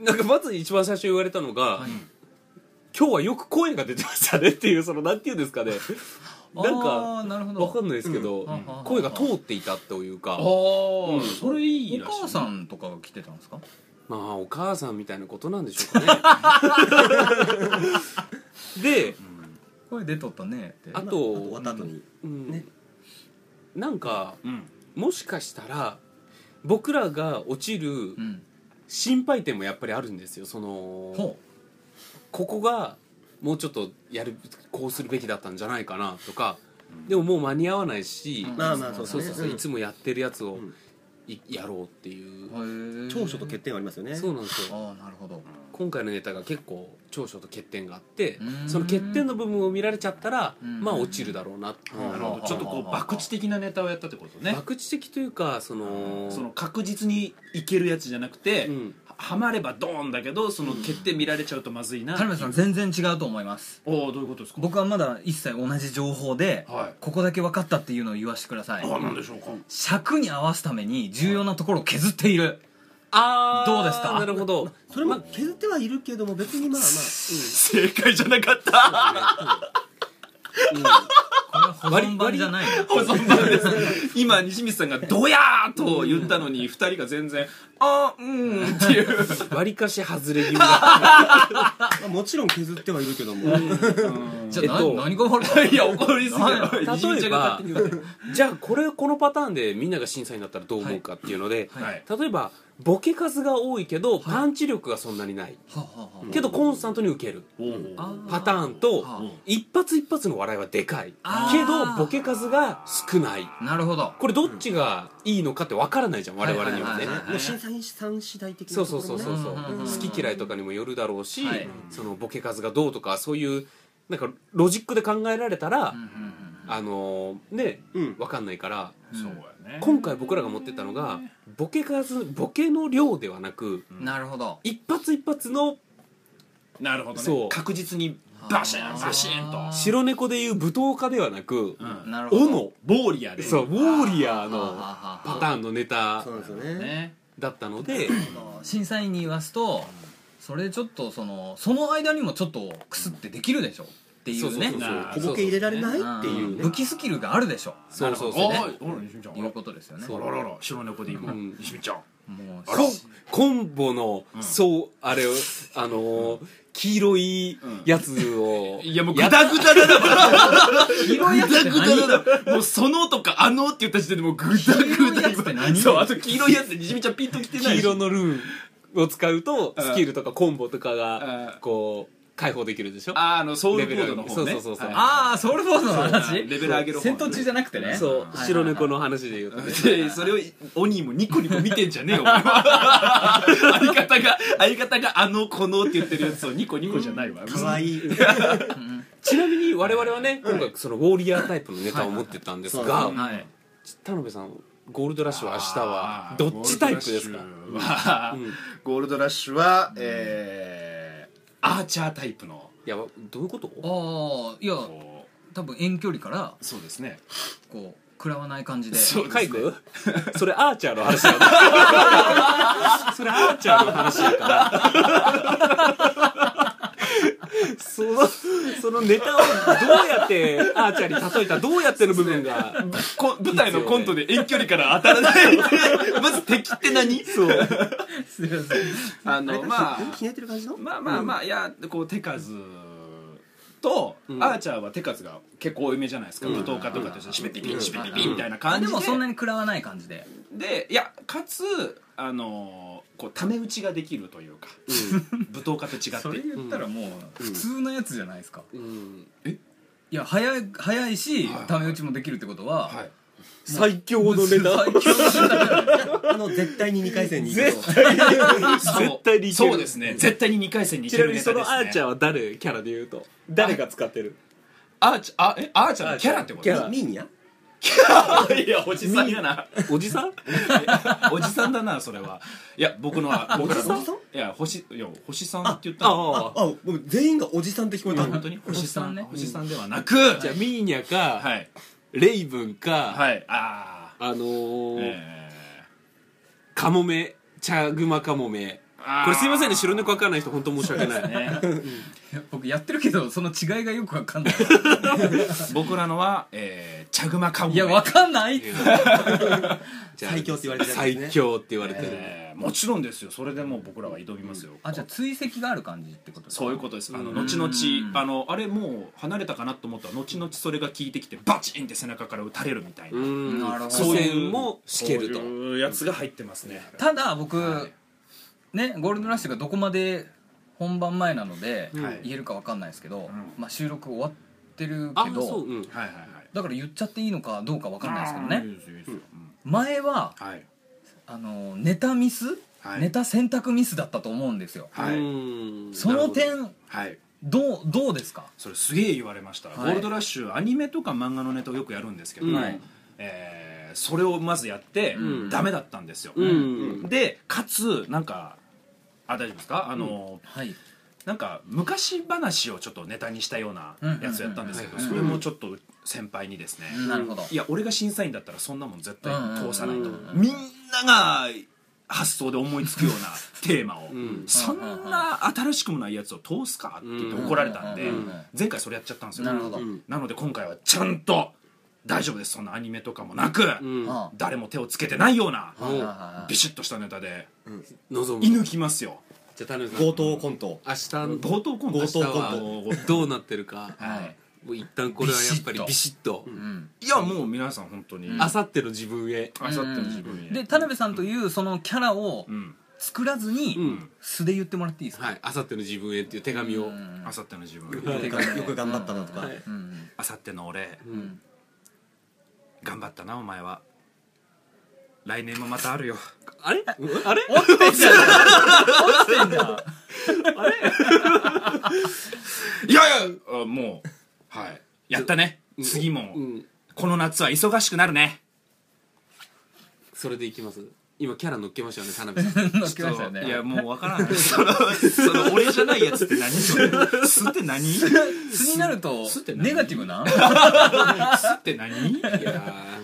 [SPEAKER 1] なんかまず一番最初言われたのが、今日はよく声が出てましたねっていうそのなんていうんですかねなん
[SPEAKER 2] あ
[SPEAKER 1] か
[SPEAKER 2] ーなるほど
[SPEAKER 1] わかんないですけど、
[SPEAKER 2] うんうん
[SPEAKER 1] 声が通っていたというか、
[SPEAKER 3] あ
[SPEAKER 1] うん
[SPEAKER 3] それい
[SPEAKER 2] お母さんとかが来てたんですか
[SPEAKER 1] まあお母さんみたいなことなんでしょうかね で、
[SPEAKER 2] 声出とったねって
[SPEAKER 1] あ
[SPEAKER 4] まああと
[SPEAKER 1] と
[SPEAKER 4] 終わった後に
[SPEAKER 1] うん
[SPEAKER 4] ね
[SPEAKER 1] なんか
[SPEAKER 3] うん
[SPEAKER 1] もしかしたら僕らが落ちる
[SPEAKER 2] うん
[SPEAKER 1] 心配点もやっぱりあるんですよその
[SPEAKER 2] ほ
[SPEAKER 1] ここがもうちょっとやるこうするべきだったんじゃないかなとかでももう間に合わないし、
[SPEAKER 2] うん
[SPEAKER 4] まあまあそう
[SPEAKER 1] そうそうそう、
[SPEAKER 4] ん
[SPEAKER 1] いつもやってるやつを
[SPEAKER 4] うん
[SPEAKER 1] いやろうっていう
[SPEAKER 2] う、へえ
[SPEAKER 4] 長所と欠点はありますよね
[SPEAKER 1] そうなんですよ
[SPEAKER 2] ああなるほど
[SPEAKER 1] 今回のネタが結構長所と欠点があって
[SPEAKER 2] うーん
[SPEAKER 1] その欠点の部分を見られちゃったら
[SPEAKER 2] うん
[SPEAKER 1] まあ落ちるだろうなって
[SPEAKER 3] なるほどちょっとこう博打的なネタをやったってことね
[SPEAKER 1] 博打的というかその
[SPEAKER 3] その確実にいけるやつじゃなくて、
[SPEAKER 1] うん
[SPEAKER 3] ははまればドーンだけどその欠点見られちゃうとまずいな、
[SPEAKER 2] 田辺さん全然違うと思います
[SPEAKER 3] おおどういうことですか
[SPEAKER 2] 僕はまだ一切同じ情報で、
[SPEAKER 3] はい
[SPEAKER 2] ここだけ分かったっていうのを言わしてください
[SPEAKER 3] あなんでしょうか
[SPEAKER 2] 尺に合わすために重要なところを削っている
[SPEAKER 1] あー
[SPEAKER 2] どうですか
[SPEAKER 1] なるほど
[SPEAKER 4] それも削ってはいるけども別にまあま
[SPEAKER 3] 正解じゃなかった
[SPEAKER 2] これは保存版じゃないな
[SPEAKER 3] そうなんです 今西光さんが「ドヤー!」と言ったのに二人が全然「あーうーん」っていう
[SPEAKER 1] わりかし外れ気味だ
[SPEAKER 4] あまあもちろん削ってはいるけども
[SPEAKER 2] じゃあ、な
[SPEAKER 1] えっと
[SPEAKER 2] 何が悪い
[SPEAKER 3] いや怒りすぎだ
[SPEAKER 2] は
[SPEAKER 3] ろ西光
[SPEAKER 1] 例
[SPEAKER 3] ちゃ
[SPEAKER 1] え
[SPEAKER 3] んが
[SPEAKER 1] ば
[SPEAKER 3] 勝手に言う
[SPEAKER 1] じゃあこれこのパターンでみんなが審査員だったらどう思うかっていうので、
[SPEAKER 2] はいはい
[SPEAKER 1] 例えばボケ数が多いけどパンチ力がそんなにない、
[SPEAKER 2] はあはあは
[SPEAKER 1] けどコンスタントに受ける
[SPEAKER 3] おう
[SPEAKER 2] あ
[SPEAKER 1] パターンと
[SPEAKER 2] は
[SPEAKER 1] 一発一発の笑いはでかい
[SPEAKER 2] あ
[SPEAKER 1] け
[SPEAKER 2] ー
[SPEAKER 1] どボケ数が少ない
[SPEAKER 2] あなるほど
[SPEAKER 1] これどっちがいいのかってわからないじゃん我々にはね
[SPEAKER 2] はいはいはい
[SPEAKER 4] もう審査員さん次第的な
[SPEAKER 1] そう
[SPEAKER 4] と
[SPEAKER 1] そう
[SPEAKER 4] こ
[SPEAKER 1] そ
[SPEAKER 4] ろも
[SPEAKER 1] うそ
[SPEAKER 4] ね
[SPEAKER 1] うそう
[SPEAKER 2] うんうんうんうん
[SPEAKER 1] 好き嫌いとかにもよるだろうし
[SPEAKER 2] はい
[SPEAKER 1] そのボケ数がどうとかそういうなんかロジックで考えられたら
[SPEAKER 2] うんうん
[SPEAKER 1] あのーね
[SPEAKER 4] うん
[SPEAKER 1] わかんないから
[SPEAKER 3] そうやね
[SPEAKER 1] 今回僕らが持ってったのがボケ数ボケの量ではなく
[SPEAKER 2] うんなるほど
[SPEAKER 1] 一発一発の
[SPEAKER 3] なるほど
[SPEAKER 1] そ
[SPEAKER 3] ね
[SPEAKER 1] う
[SPEAKER 3] 確実にバシ
[SPEAKER 2] あ
[SPEAKER 3] ーン
[SPEAKER 2] ー
[SPEAKER 3] バシーンと
[SPEAKER 1] 白猫でいう舞踏家ではなく
[SPEAKER 3] うん
[SPEAKER 2] なるほど
[SPEAKER 1] 斧
[SPEAKER 3] ボーリアで
[SPEAKER 1] そうウォーリアー
[SPEAKER 2] はあは
[SPEAKER 1] の
[SPEAKER 2] あは
[SPEAKER 1] パ
[SPEAKER 2] あ
[SPEAKER 1] ターンのネタ
[SPEAKER 4] そうなんですよね
[SPEAKER 3] ね
[SPEAKER 1] だったので
[SPEAKER 2] 審査員に言わすとそれちょっとそのその間にもちょっとクスってできるでしょっていうね
[SPEAKER 1] そうそうそう
[SPEAKER 3] なあ
[SPEAKER 4] 小ボケ入れられない
[SPEAKER 2] うん
[SPEAKER 4] っていうね
[SPEAKER 2] 武器スキルがあるでしょ
[SPEAKER 1] そうそうそう
[SPEAKER 3] なるほど
[SPEAKER 1] ね
[SPEAKER 3] おいおい西光ちゃん
[SPEAKER 2] いうことですよね
[SPEAKER 1] そ
[SPEAKER 3] あ
[SPEAKER 1] う
[SPEAKER 3] ららら白猫で今
[SPEAKER 1] うん
[SPEAKER 3] 西光ちゃん
[SPEAKER 2] もう
[SPEAKER 1] コンコンボの、そうあれをあのー黄色いやつを、
[SPEAKER 3] いやもうグ
[SPEAKER 1] やっ
[SPEAKER 3] ダグダだな
[SPEAKER 2] 黄色いやつって
[SPEAKER 3] グダグ
[SPEAKER 2] 何
[SPEAKER 3] ダだもうそのとかあのって言った時点でもうグダ
[SPEAKER 2] 黄色
[SPEAKER 3] グ
[SPEAKER 2] い
[SPEAKER 3] ダ
[SPEAKER 2] やつって
[SPEAKER 3] 今
[SPEAKER 2] 何
[SPEAKER 3] そうあと黄色いやつでにじみちゃんピンときてな
[SPEAKER 1] 黄
[SPEAKER 3] いし
[SPEAKER 1] 色のルーンを使うと
[SPEAKER 3] うん
[SPEAKER 1] スキルとかコンボとか
[SPEAKER 3] う
[SPEAKER 1] が
[SPEAKER 3] ん
[SPEAKER 1] こう解放できるでしょ
[SPEAKER 3] あーあのソウルコードの
[SPEAKER 1] レベ
[SPEAKER 3] 方ね
[SPEAKER 1] ルそうそうそうそう
[SPEAKER 3] は
[SPEAKER 2] ああソウルフォースの話
[SPEAKER 3] レベル上げる方
[SPEAKER 2] 戦闘中じゃなくてね
[SPEAKER 1] そう
[SPEAKER 2] はい
[SPEAKER 1] 白猫の話で言うとね
[SPEAKER 3] い でそれを鬼もニコニコ見てんじゃねえよ お前は相方が相方があのこのって言ってるやつをニコニコじゃないわ
[SPEAKER 4] 可愛いい
[SPEAKER 1] ちなみに我々はね今回そのウォーリアータイプのネタを持ってたんです
[SPEAKER 4] はい
[SPEAKER 1] が
[SPEAKER 2] はい
[SPEAKER 1] 田辺さんゴールドラッシュは明日はどっちタイプですか
[SPEAKER 3] かゴールドラッシュはえーアーチャータイプの
[SPEAKER 1] いやどういうこと
[SPEAKER 2] ああいや
[SPEAKER 3] こう
[SPEAKER 2] 多分遠距離から
[SPEAKER 3] そうですね
[SPEAKER 2] こう食らわない感じで
[SPEAKER 3] そう
[SPEAKER 1] カイ君それアーチャーの話だよそれアーチャーの話だからそのそのネタをどうやってアーチャーに例えたどうやっての部分が
[SPEAKER 3] こ舞台のコントで遠距離から当た らないってまず敵って何
[SPEAKER 1] そう
[SPEAKER 2] すいません
[SPEAKER 3] あ
[SPEAKER 4] あれ
[SPEAKER 3] の
[SPEAKER 4] ま
[SPEAKER 3] ま
[SPEAKER 4] あひねってる感じの
[SPEAKER 3] まあまあまあ、いやこう手数と、
[SPEAKER 1] ん
[SPEAKER 3] アーチャーは手数が結構多めじゃないですか、武闘家とかとしてシュピピピンシュピピピンみたいな感
[SPEAKER 2] で
[SPEAKER 3] じで
[SPEAKER 2] もそんなに食らわない感じで
[SPEAKER 3] でいやかつあのーこうタメ打ちができるというか、武闘家と違って
[SPEAKER 2] それ言ったらもう普通のやつじゃないですか、
[SPEAKER 1] うん
[SPEAKER 2] いや早い早いしタメ打ちもできるってことは、
[SPEAKER 3] はい
[SPEAKER 1] 最強のネタ
[SPEAKER 2] 最強のネタじゃない
[SPEAKER 4] あの絶対に2回戦に行くと
[SPEAKER 3] そう
[SPEAKER 1] 絶対にいける
[SPEAKER 3] そうですね絶対に2回戦にいけ
[SPEAKER 1] ちな
[SPEAKER 3] る
[SPEAKER 1] み
[SPEAKER 3] ネ
[SPEAKER 1] に
[SPEAKER 3] タ
[SPEAKER 1] そ
[SPEAKER 3] で
[SPEAKER 1] の
[SPEAKER 3] す、ね、
[SPEAKER 1] アーチャーは誰キャラで言うと誰が使ってる
[SPEAKER 3] アーチャーあえアーチャーのキャラってこと
[SPEAKER 1] キャラ
[SPEAKER 4] ミーニャ
[SPEAKER 3] いやおじさんやな
[SPEAKER 1] おじさん
[SPEAKER 3] おじさんだなそれはいや僕のは僕らの
[SPEAKER 4] おじさん
[SPEAKER 3] いや星いや星さんって言ったの
[SPEAKER 1] ああ
[SPEAKER 4] あ僕全員がおじさんって聞こえた
[SPEAKER 3] 本当に星さん
[SPEAKER 2] ね
[SPEAKER 3] 星さんではなく
[SPEAKER 1] じゃあミーニャか、
[SPEAKER 3] はい
[SPEAKER 1] レイブンか、
[SPEAKER 3] はいあ
[SPEAKER 1] あの
[SPEAKER 3] あ
[SPEAKER 1] ー
[SPEAKER 3] え
[SPEAKER 1] カモメ茶グマカモメこれすいませんね白猫わかんない人本当申し訳ない、
[SPEAKER 2] ね 僕やってるけどその違いがよくわかん ない
[SPEAKER 3] 僕らのは、えー、茶熊カウボー
[SPEAKER 2] いやわかんないって
[SPEAKER 1] じゃあ
[SPEAKER 4] 最強って言われてるやつね
[SPEAKER 1] 最強って言われてる、
[SPEAKER 3] えーもちろんですよそれでもう僕らは挑みますよ、
[SPEAKER 2] あじゃあ追跡がある感じってことですか
[SPEAKER 3] そういうことですあの後々あのあれもう離れたかなと思ったら後々それが効いてきてバチンって背中から打たれるみたいな、
[SPEAKER 1] うん
[SPEAKER 2] なるほど
[SPEAKER 1] そういうもしけると
[SPEAKER 3] そういうやつが入ってますね
[SPEAKER 2] ただ僕、ねゴールドラッシュがどこまで本番前なので、
[SPEAKER 3] はい
[SPEAKER 2] 言えるかわかんないですけど、
[SPEAKER 3] ん
[SPEAKER 2] まあ、収録終わってる
[SPEAKER 1] あ
[SPEAKER 2] け
[SPEAKER 1] そう、
[SPEAKER 2] ど
[SPEAKER 1] うん、
[SPEAKER 3] はいはいはい
[SPEAKER 2] だから言っちゃっていいのかどうかわかんないですけどね
[SPEAKER 3] いいですよいいですようん
[SPEAKER 2] 前は
[SPEAKER 3] はい
[SPEAKER 2] あのネタミス、
[SPEAKER 3] はい
[SPEAKER 2] ネタ選択ミスだったと思うんですよ
[SPEAKER 3] は
[SPEAKER 1] う
[SPEAKER 3] い
[SPEAKER 1] ん
[SPEAKER 2] その点
[SPEAKER 3] はい
[SPEAKER 2] どうどうですか
[SPEAKER 3] それすげえ言われました、
[SPEAKER 2] はい
[SPEAKER 3] ゴールドラッシュアニメとか漫画のネタをよくやるんですけども、
[SPEAKER 2] はい
[SPEAKER 3] えーそれをまずやって、
[SPEAKER 1] うん
[SPEAKER 3] ダメだったんですよ、
[SPEAKER 1] うんうん
[SPEAKER 3] でかつなんかあ大丈夫ですかあの、
[SPEAKER 2] はい
[SPEAKER 3] なんか昔話をちょっとネタにしたようなやつをやったんですけど、
[SPEAKER 2] うんうんうん
[SPEAKER 3] それもちょっと先輩にですね、
[SPEAKER 2] なるほど
[SPEAKER 3] いや俺が審査員だったらそんなもん絶対通さないと、
[SPEAKER 2] うんうんうん
[SPEAKER 3] みんなが発想で思いつくよう なテーマを、
[SPEAKER 1] ん
[SPEAKER 3] そんな新しくもないやつを通すかって言って怒られたんで、
[SPEAKER 2] うんうんうん
[SPEAKER 3] 前回それやっちゃったんですよ
[SPEAKER 2] なるほど
[SPEAKER 3] なので今回はちゃんと大丈夫ですそんなアニメとかもなく、
[SPEAKER 1] うん
[SPEAKER 2] あ
[SPEAKER 3] 誰も手をつけてないような、
[SPEAKER 2] はいはいはい
[SPEAKER 3] ビシッとしたネタで
[SPEAKER 1] 望む
[SPEAKER 3] 射抜きますよ
[SPEAKER 1] じゃあ頼む
[SPEAKER 4] 強盗コント
[SPEAKER 1] 明日の
[SPEAKER 3] 冒頭コント
[SPEAKER 4] 冒頭コン
[SPEAKER 1] あ
[SPEAKER 4] ト
[SPEAKER 1] のどうなってるか、
[SPEAKER 2] はい
[SPEAKER 1] もう一旦これはやっぱりビ
[SPEAKER 2] ビ
[SPEAKER 1] シッと
[SPEAKER 2] うん
[SPEAKER 3] いやもう皆さん本当に
[SPEAKER 1] あさっての自分へ
[SPEAKER 3] あさっての自分へ
[SPEAKER 2] で田辺さんというそのキャラを
[SPEAKER 3] うん
[SPEAKER 2] 作らずに、
[SPEAKER 1] ん
[SPEAKER 2] 素で言ってもらっていいですか、
[SPEAKER 1] はいあさっての自分へっていう手紙を、
[SPEAKER 3] あさっての自分
[SPEAKER 2] 手
[SPEAKER 3] へ
[SPEAKER 2] 紙を
[SPEAKER 4] よく頑張ったなとか、
[SPEAKER 1] はい
[SPEAKER 2] うん
[SPEAKER 3] あさっての俺、
[SPEAKER 2] うん
[SPEAKER 3] 頑張ったなお前は来年もまたあるよ
[SPEAKER 1] あれあれ
[SPEAKER 2] 落ちてんじゃん 落ちてんじゃん
[SPEAKER 3] いやいやあもうはいやったね次も、
[SPEAKER 1] うん
[SPEAKER 3] この夏は忙しくなるね
[SPEAKER 1] それでいきます今キャラ乗っけましたよね田辺さん
[SPEAKER 2] 乗っけましたよね
[SPEAKER 3] いやもうわからない そのその俺じゃないやつって 何それすって何す
[SPEAKER 2] 素になると
[SPEAKER 3] すって何
[SPEAKER 2] ネガティブな
[SPEAKER 3] って何
[SPEAKER 1] いや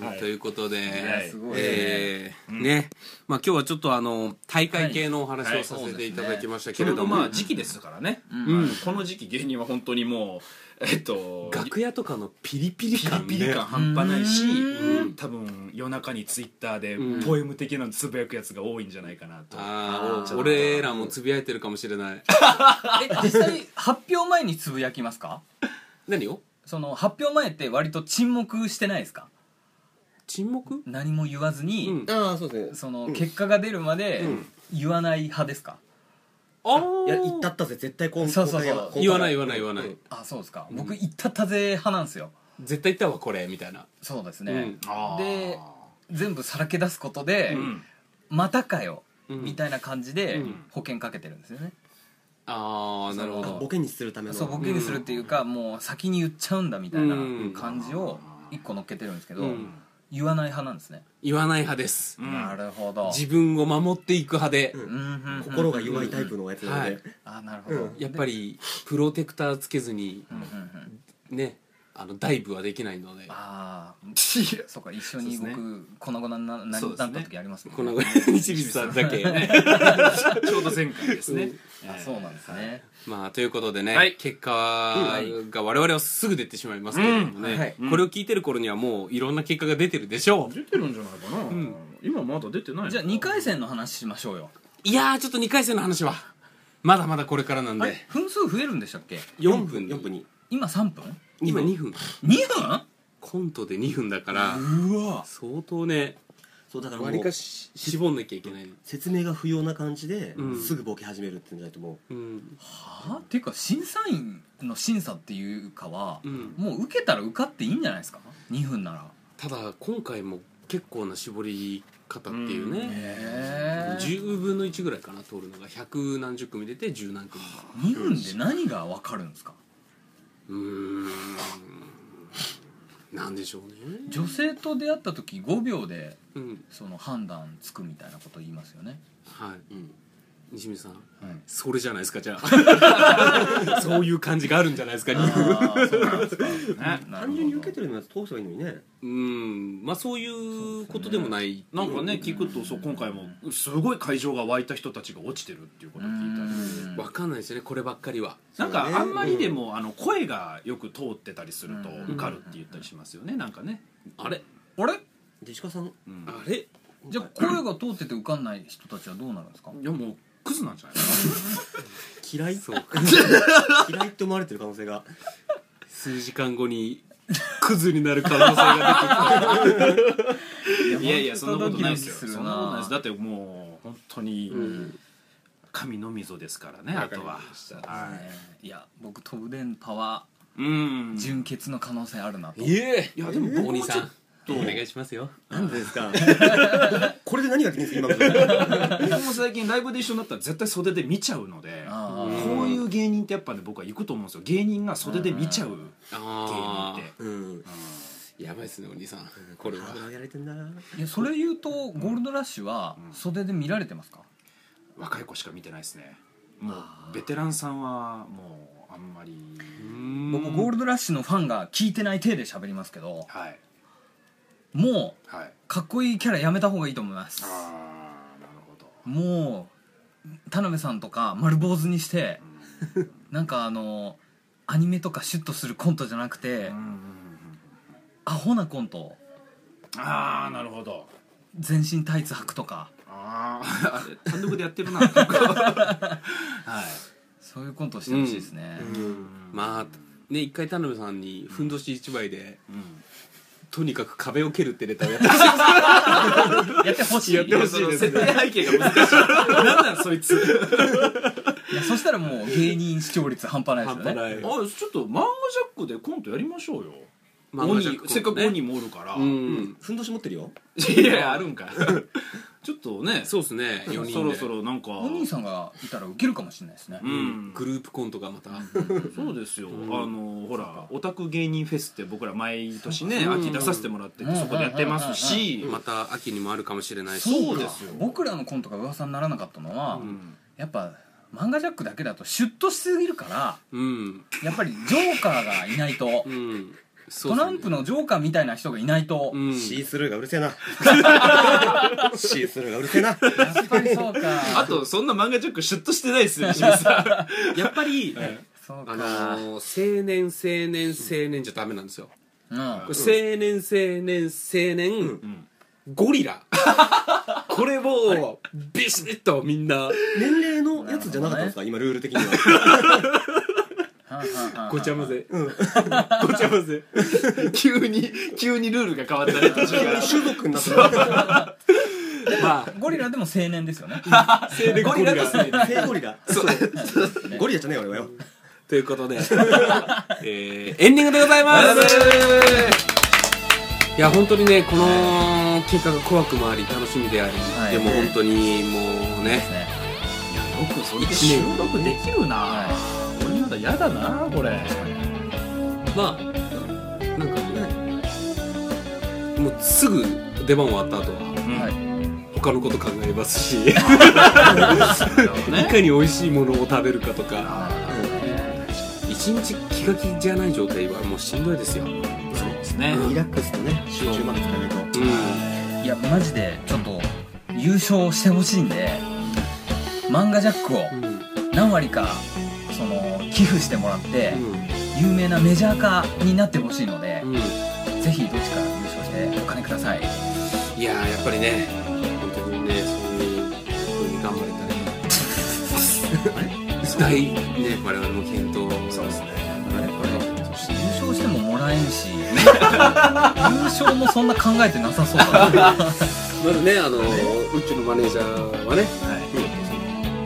[SPEAKER 1] ーということで、
[SPEAKER 2] やすごいね
[SPEAKER 1] えーねまあ今日はちょっとあの大会系のお話
[SPEAKER 3] は
[SPEAKER 1] を
[SPEAKER 3] い
[SPEAKER 1] さ
[SPEAKER 2] はい
[SPEAKER 1] せ
[SPEAKER 2] そう
[SPEAKER 1] て
[SPEAKER 2] ですね
[SPEAKER 1] いただきました
[SPEAKER 3] け
[SPEAKER 1] け
[SPEAKER 3] れ
[SPEAKER 1] れ
[SPEAKER 3] ど
[SPEAKER 1] ども、
[SPEAKER 3] まあ時期ですからね、
[SPEAKER 1] うん
[SPEAKER 3] この時期芸人は本当にもうえっと
[SPEAKER 1] 楽屋とかのピリピリ
[SPEAKER 3] ピリ
[SPEAKER 1] 感ね
[SPEAKER 3] ピリ感半端ないし
[SPEAKER 2] う
[SPEAKER 3] 多分夜中にツイッターで
[SPEAKER 1] うん
[SPEAKER 3] ポエム的なのつぶやくやつが多いんじゃないかなと、
[SPEAKER 1] あ
[SPEAKER 2] あ
[SPEAKER 1] あ
[SPEAKER 2] ー
[SPEAKER 1] 俺らもつぶやいてるかもしれない
[SPEAKER 2] え実際発表前につぶやきますか
[SPEAKER 1] 何を
[SPEAKER 2] その発表前って割と沈黙してないですか
[SPEAKER 1] 沈黙
[SPEAKER 2] 何も言わずに、
[SPEAKER 1] うん
[SPEAKER 4] ああそうですね
[SPEAKER 2] その結果が出るまで言わない派ですか、
[SPEAKER 1] あ
[SPEAKER 4] いや言
[SPEAKER 1] あ
[SPEAKER 4] ったったぜ絶対こう
[SPEAKER 2] そうそうそう
[SPEAKER 4] 今回は
[SPEAKER 1] 言わない言わない言わない、
[SPEAKER 4] うん
[SPEAKER 2] あそうですか僕言ったったぜ派なんですよ
[SPEAKER 1] 絶対言ったわこれみたいな
[SPEAKER 2] そうですね、
[SPEAKER 3] あー
[SPEAKER 2] で全部さらけ出すことで、
[SPEAKER 3] うん
[SPEAKER 2] またかよ、
[SPEAKER 1] うん
[SPEAKER 2] みたいな感じで
[SPEAKER 1] うん
[SPEAKER 2] 保険かけてるんですよね、
[SPEAKER 1] ああなるほ
[SPEAKER 2] そ
[SPEAKER 1] ど
[SPEAKER 2] の
[SPEAKER 4] ボケにするための
[SPEAKER 2] そうボケにするっていうか、もう先に言っちゃうんだみたいな
[SPEAKER 1] うん
[SPEAKER 2] 感じを一個乗っけてるんですけど、
[SPEAKER 1] うん
[SPEAKER 2] 言わない派なんですね、
[SPEAKER 1] 言わない派です、
[SPEAKER 3] うん
[SPEAKER 2] なるほど
[SPEAKER 1] 自分を守っていく派で、
[SPEAKER 2] うんうんうん
[SPEAKER 4] 心が弱いタイプのやつなの
[SPEAKER 1] は
[SPEAKER 4] で
[SPEAKER 1] い
[SPEAKER 2] あなるほど、
[SPEAKER 4] うん
[SPEAKER 1] やっぱりプロテクターつけずに
[SPEAKER 2] うんうんうん
[SPEAKER 1] ねあのダイブはできないので
[SPEAKER 2] ああそうか一緒に
[SPEAKER 3] そうです
[SPEAKER 2] 僕粉々にななな
[SPEAKER 3] そうです
[SPEAKER 2] っ
[SPEAKER 3] ね
[SPEAKER 2] た時ありますも
[SPEAKER 1] こ
[SPEAKER 2] んね
[SPEAKER 1] の日々さんだ け、
[SPEAKER 3] ちょうど前回ですね、
[SPEAKER 2] あそうなんですね、
[SPEAKER 1] まあということでね、
[SPEAKER 3] はい
[SPEAKER 1] 結果が我々はすぐ出てしまいますけれどもね、
[SPEAKER 4] うんはい
[SPEAKER 1] これを聞いてる頃にはもういろんな結果が出てるでしょう
[SPEAKER 3] 出てるんじゃないかな、今まだ出てない
[SPEAKER 2] じゃあ2回戦の話しましょうよ
[SPEAKER 1] いやーちょっと2回戦の話はまだまだこれからなん
[SPEAKER 2] あ
[SPEAKER 1] で
[SPEAKER 2] れ分数増えるんでしたっけ
[SPEAKER 1] 4分
[SPEAKER 4] 4分に
[SPEAKER 2] 今3分
[SPEAKER 1] 今2分
[SPEAKER 2] 2分
[SPEAKER 1] コントで2分だから
[SPEAKER 2] うわ
[SPEAKER 1] 相当ね
[SPEAKER 4] そうだからも
[SPEAKER 1] 割
[SPEAKER 4] う
[SPEAKER 1] かし絞んなきゃいけない、
[SPEAKER 4] 説明が不要な感じで、
[SPEAKER 1] うん
[SPEAKER 4] すぐボケ始めるってんじゃないと思う
[SPEAKER 1] うん、
[SPEAKER 2] はあっていうか審査員の審査っていうかは、
[SPEAKER 1] うん
[SPEAKER 2] もう受けたら受かっていいんじゃないですか2分なら
[SPEAKER 1] ただ今回も結構な絞り方っていうね、
[SPEAKER 2] へえ
[SPEAKER 1] 10分の1ぐらいかな通るのが100何十組出て10何組
[SPEAKER 2] 2分で何が分かるんですか
[SPEAKER 1] うーんなんでしょうね
[SPEAKER 2] 女性と出会った時5秒で
[SPEAKER 1] うん
[SPEAKER 2] その判断つくみたいなこと言いますよね
[SPEAKER 1] はい、西水さん、
[SPEAKER 2] い
[SPEAKER 1] それじゃないですかじゃあそういう感じがあるんじゃないですか理由
[SPEAKER 2] あーそうなんですかねなる
[SPEAKER 4] 単
[SPEAKER 2] ほど
[SPEAKER 4] 純に受けてるのやつ通せばいいのにね
[SPEAKER 1] うんまあそういうことでもない
[SPEAKER 3] なんかね聞くとそう今回もすごい会場が湧いた人たちが落ちてるっていうことを聞いたり
[SPEAKER 2] うん
[SPEAKER 1] わかんないですよねこればっかりは
[SPEAKER 3] なん
[SPEAKER 4] そう
[SPEAKER 3] か
[SPEAKER 4] ね
[SPEAKER 3] あんまりでもあの声がよく通ってたりすると
[SPEAKER 2] うん
[SPEAKER 3] 受かるって言ったりしますよねなんかね
[SPEAKER 1] あれ
[SPEAKER 2] あれ
[SPEAKER 4] ジェシカさん
[SPEAKER 3] うん
[SPEAKER 1] あれ
[SPEAKER 2] じゃあ声が通ってて受かんない人たちはどうなるんですか
[SPEAKER 3] いやもうクズなんじゃない
[SPEAKER 4] 嫌い
[SPEAKER 1] そうか
[SPEAKER 4] 嫌いって思われてる可能性が
[SPEAKER 1] 数時間後にクズになる可能性が出て
[SPEAKER 3] かないやいやそんなことないですよ
[SPEAKER 2] ドキドキす
[SPEAKER 3] そ
[SPEAKER 2] る
[SPEAKER 3] んなことないで
[SPEAKER 2] な
[SPEAKER 3] すだってもう本当に神の溝ですからねあとははい
[SPEAKER 2] いや僕飛ぶ電波は
[SPEAKER 3] うん
[SPEAKER 2] 純潔の可能性あるなと
[SPEAKER 1] くるいえ
[SPEAKER 3] いやでも僕
[SPEAKER 1] お
[SPEAKER 3] も
[SPEAKER 1] 兄
[SPEAKER 3] ちょ
[SPEAKER 1] さ
[SPEAKER 3] っ
[SPEAKER 1] んお願いしますよ
[SPEAKER 4] なんでですかこれで何ができるんですか今
[SPEAKER 3] と僕も最近ライブで一緒になったら絶対袖で見ちゃうので
[SPEAKER 2] あー
[SPEAKER 3] こういう芸人ってやっぱね僕は行くと思うんですよ芸人が袖で見ちゃう芸人
[SPEAKER 1] あ
[SPEAKER 3] って
[SPEAKER 1] あ
[SPEAKER 4] うん
[SPEAKER 1] やばいですねお兄さんこれは
[SPEAKER 4] あやれてんだない
[SPEAKER 2] やそれ言うとゴールドラッシュは袖で見られてますか
[SPEAKER 3] 若い子しか見てないですねもうベテランさんはもうあんまり
[SPEAKER 2] 僕ゴールドラッシュのファンが聞いてない体で喋りますけど
[SPEAKER 3] はい
[SPEAKER 2] もう
[SPEAKER 3] はい
[SPEAKER 2] かっこいいキャラやめた方がいいと思います
[SPEAKER 3] ああなるほど
[SPEAKER 2] もう田辺さんとか丸坊主にしてなんかあのアニメとかシュッとするコントじゃなくて
[SPEAKER 3] うんうんうん
[SPEAKER 2] アホなコント
[SPEAKER 3] うんああなるほど
[SPEAKER 2] 全身タイツ履くとか
[SPEAKER 3] あああれ 単独でやってるなはい
[SPEAKER 2] そういうコントをしてほしいですね、
[SPEAKER 1] まあね一回田辺さんにふんどし一枚で
[SPEAKER 3] うん
[SPEAKER 1] とにかく壁を蹴るってネタをやってほしい
[SPEAKER 2] やってほしい
[SPEAKER 1] てほしいですね
[SPEAKER 3] その設定背景が難しいなんなんそいつ
[SPEAKER 2] いやそしたらもう芸人視聴率半端ないです
[SPEAKER 1] 半
[SPEAKER 2] よ
[SPEAKER 1] 端
[SPEAKER 2] ね
[SPEAKER 1] ない
[SPEAKER 3] あちょっと漫画ジャックでコントやりましょうよ
[SPEAKER 1] 漫画ジャック
[SPEAKER 3] 鬼せっかく鬼もおるから、
[SPEAKER 1] うん
[SPEAKER 4] ふんどし持ってるよ
[SPEAKER 3] いやいやあるんかちょっとね
[SPEAKER 1] そうですね4人で
[SPEAKER 3] そろそろなんか
[SPEAKER 2] お兄さんがいたらウケるかもしれないですね、
[SPEAKER 3] うん
[SPEAKER 1] グループコントがまた
[SPEAKER 3] そうですよ、あのほらオタク芸人フェスって僕ら毎年ね秋出させてもらってて
[SPEAKER 2] うん
[SPEAKER 3] そこでやってますし、
[SPEAKER 1] また秋にもあるかもしれないし
[SPEAKER 3] そうですよ
[SPEAKER 2] 僕らのコントが噂にならなかったのは、やっぱ漫画ジャックだけだとシュッとしすぎるから
[SPEAKER 1] うん
[SPEAKER 2] やっぱりジョーカーがいないと、
[SPEAKER 1] うんそ
[SPEAKER 2] ト
[SPEAKER 1] うっすね
[SPEAKER 2] ランプのジョーカーみたいな人がいないと、
[SPEAKER 1] うん
[SPEAKER 4] シースルーがうるせえ なシースルーがうるせえな
[SPEAKER 2] やっぱりそうか
[SPEAKER 3] あとそんな漫画ジャックシュッとしてないですよ石井さん
[SPEAKER 1] やっぱり
[SPEAKER 2] そうか
[SPEAKER 1] あのー青年青年青年じゃダメなんですよ
[SPEAKER 2] うん
[SPEAKER 1] これ青年青年青年
[SPEAKER 3] ん
[SPEAKER 1] ゴリラこれをビシッとみんな
[SPEAKER 4] 年齢のやつじゃなかったんですか今ルール的には
[SPEAKER 1] ごちゃ混ぜ
[SPEAKER 4] ごちゃ混ぜ
[SPEAKER 3] 急に急にルールが変わったね途中から
[SPEAKER 4] 種族になった
[SPEAKER 1] まあ
[SPEAKER 2] ゴリラでも青年ですよね
[SPEAKER 1] 青年ゴリラ
[SPEAKER 4] 性ゴリラゴリラじゃねえ俺はよ
[SPEAKER 1] ということでえーエンディングでございますいや本当にねこの結果が怖くもあり楽しみであり、
[SPEAKER 2] はい
[SPEAKER 1] でも本当にもうね
[SPEAKER 2] ね
[SPEAKER 3] よくそれで収録できるな俺まだ嫌だなこれ
[SPEAKER 1] まあなんかねもうすぐ出番終わった後は
[SPEAKER 2] はい
[SPEAKER 1] 他のこと考えますし、
[SPEAKER 3] ね
[SPEAKER 1] いかに美味しいものを食べるかとか
[SPEAKER 2] あ
[SPEAKER 1] 一日気が気じゃない状態はもうしんどいですよ、うん、
[SPEAKER 3] そうですね
[SPEAKER 4] リラックスとね集中まで使えると
[SPEAKER 2] ーいやマジでちょっと優勝してほしいんで漫画ジャックを
[SPEAKER 1] うん
[SPEAKER 2] 何割かその寄付してもらって
[SPEAKER 1] うん
[SPEAKER 2] 有名なメジャー化になってほしいので、
[SPEAKER 1] うん
[SPEAKER 2] ぜひどっちか優勝してお金ください
[SPEAKER 1] いやーやっぱりね本当にねそういう風に頑張れたらいい な大ね我々も検討そうですね
[SPEAKER 2] そして優勝してももらえん し優勝もそんな考えてなさそうだな
[SPEAKER 1] まずねあの宇宙のマネージャーはね、うん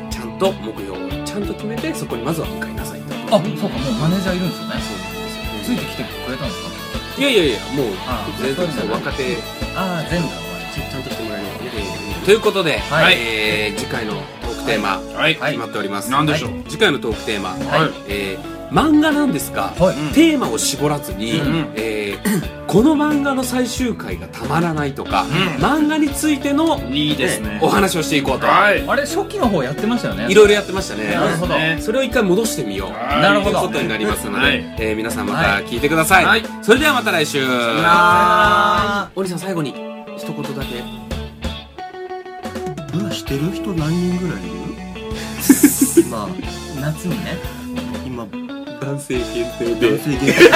[SPEAKER 1] ちゃんと目標をちゃんと決めてそこにまずは向かいなさいと
[SPEAKER 2] あそうかもうマネージャーいるんですよねついてきてくれたんですか
[SPEAKER 1] いやいやいやもう
[SPEAKER 2] あ
[SPEAKER 1] 全然そう若手
[SPEAKER 2] ああ全部
[SPEAKER 1] ちゃんとしてもらえるということで、
[SPEAKER 2] はい
[SPEAKER 1] えー次回のトークテーマ、
[SPEAKER 3] はい
[SPEAKER 1] 決まっております、
[SPEAKER 3] 何でしょう
[SPEAKER 1] 次回のトークテーマ、
[SPEAKER 2] はい
[SPEAKER 1] えー漫画なんですが、
[SPEAKER 2] はい
[SPEAKER 1] テーマを絞らずに、
[SPEAKER 5] ん
[SPEAKER 1] えーこの漫画の最終回がたまらないとか、漫画についての
[SPEAKER 5] いいですね
[SPEAKER 1] お話をしていこうと、
[SPEAKER 5] はい
[SPEAKER 2] あれ初期の方やってましたよね
[SPEAKER 1] いろいろやってましたね
[SPEAKER 2] なるほど
[SPEAKER 5] ね
[SPEAKER 1] それを一回戻してみよう
[SPEAKER 5] はい
[SPEAKER 2] なるほ
[SPEAKER 1] という
[SPEAKER 2] ど
[SPEAKER 1] ことになりますので、
[SPEAKER 5] はい
[SPEAKER 1] えー皆さんまた聞いてください、
[SPEAKER 5] はい
[SPEAKER 1] それではまた来週
[SPEAKER 2] あ
[SPEAKER 1] お兄さん最後に一言だけ
[SPEAKER 4] 今してる人何人ぐらいいる 今
[SPEAKER 2] ー夏にね
[SPEAKER 4] 今男
[SPEAKER 1] 男性限定で
[SPEAKER 4] 性限定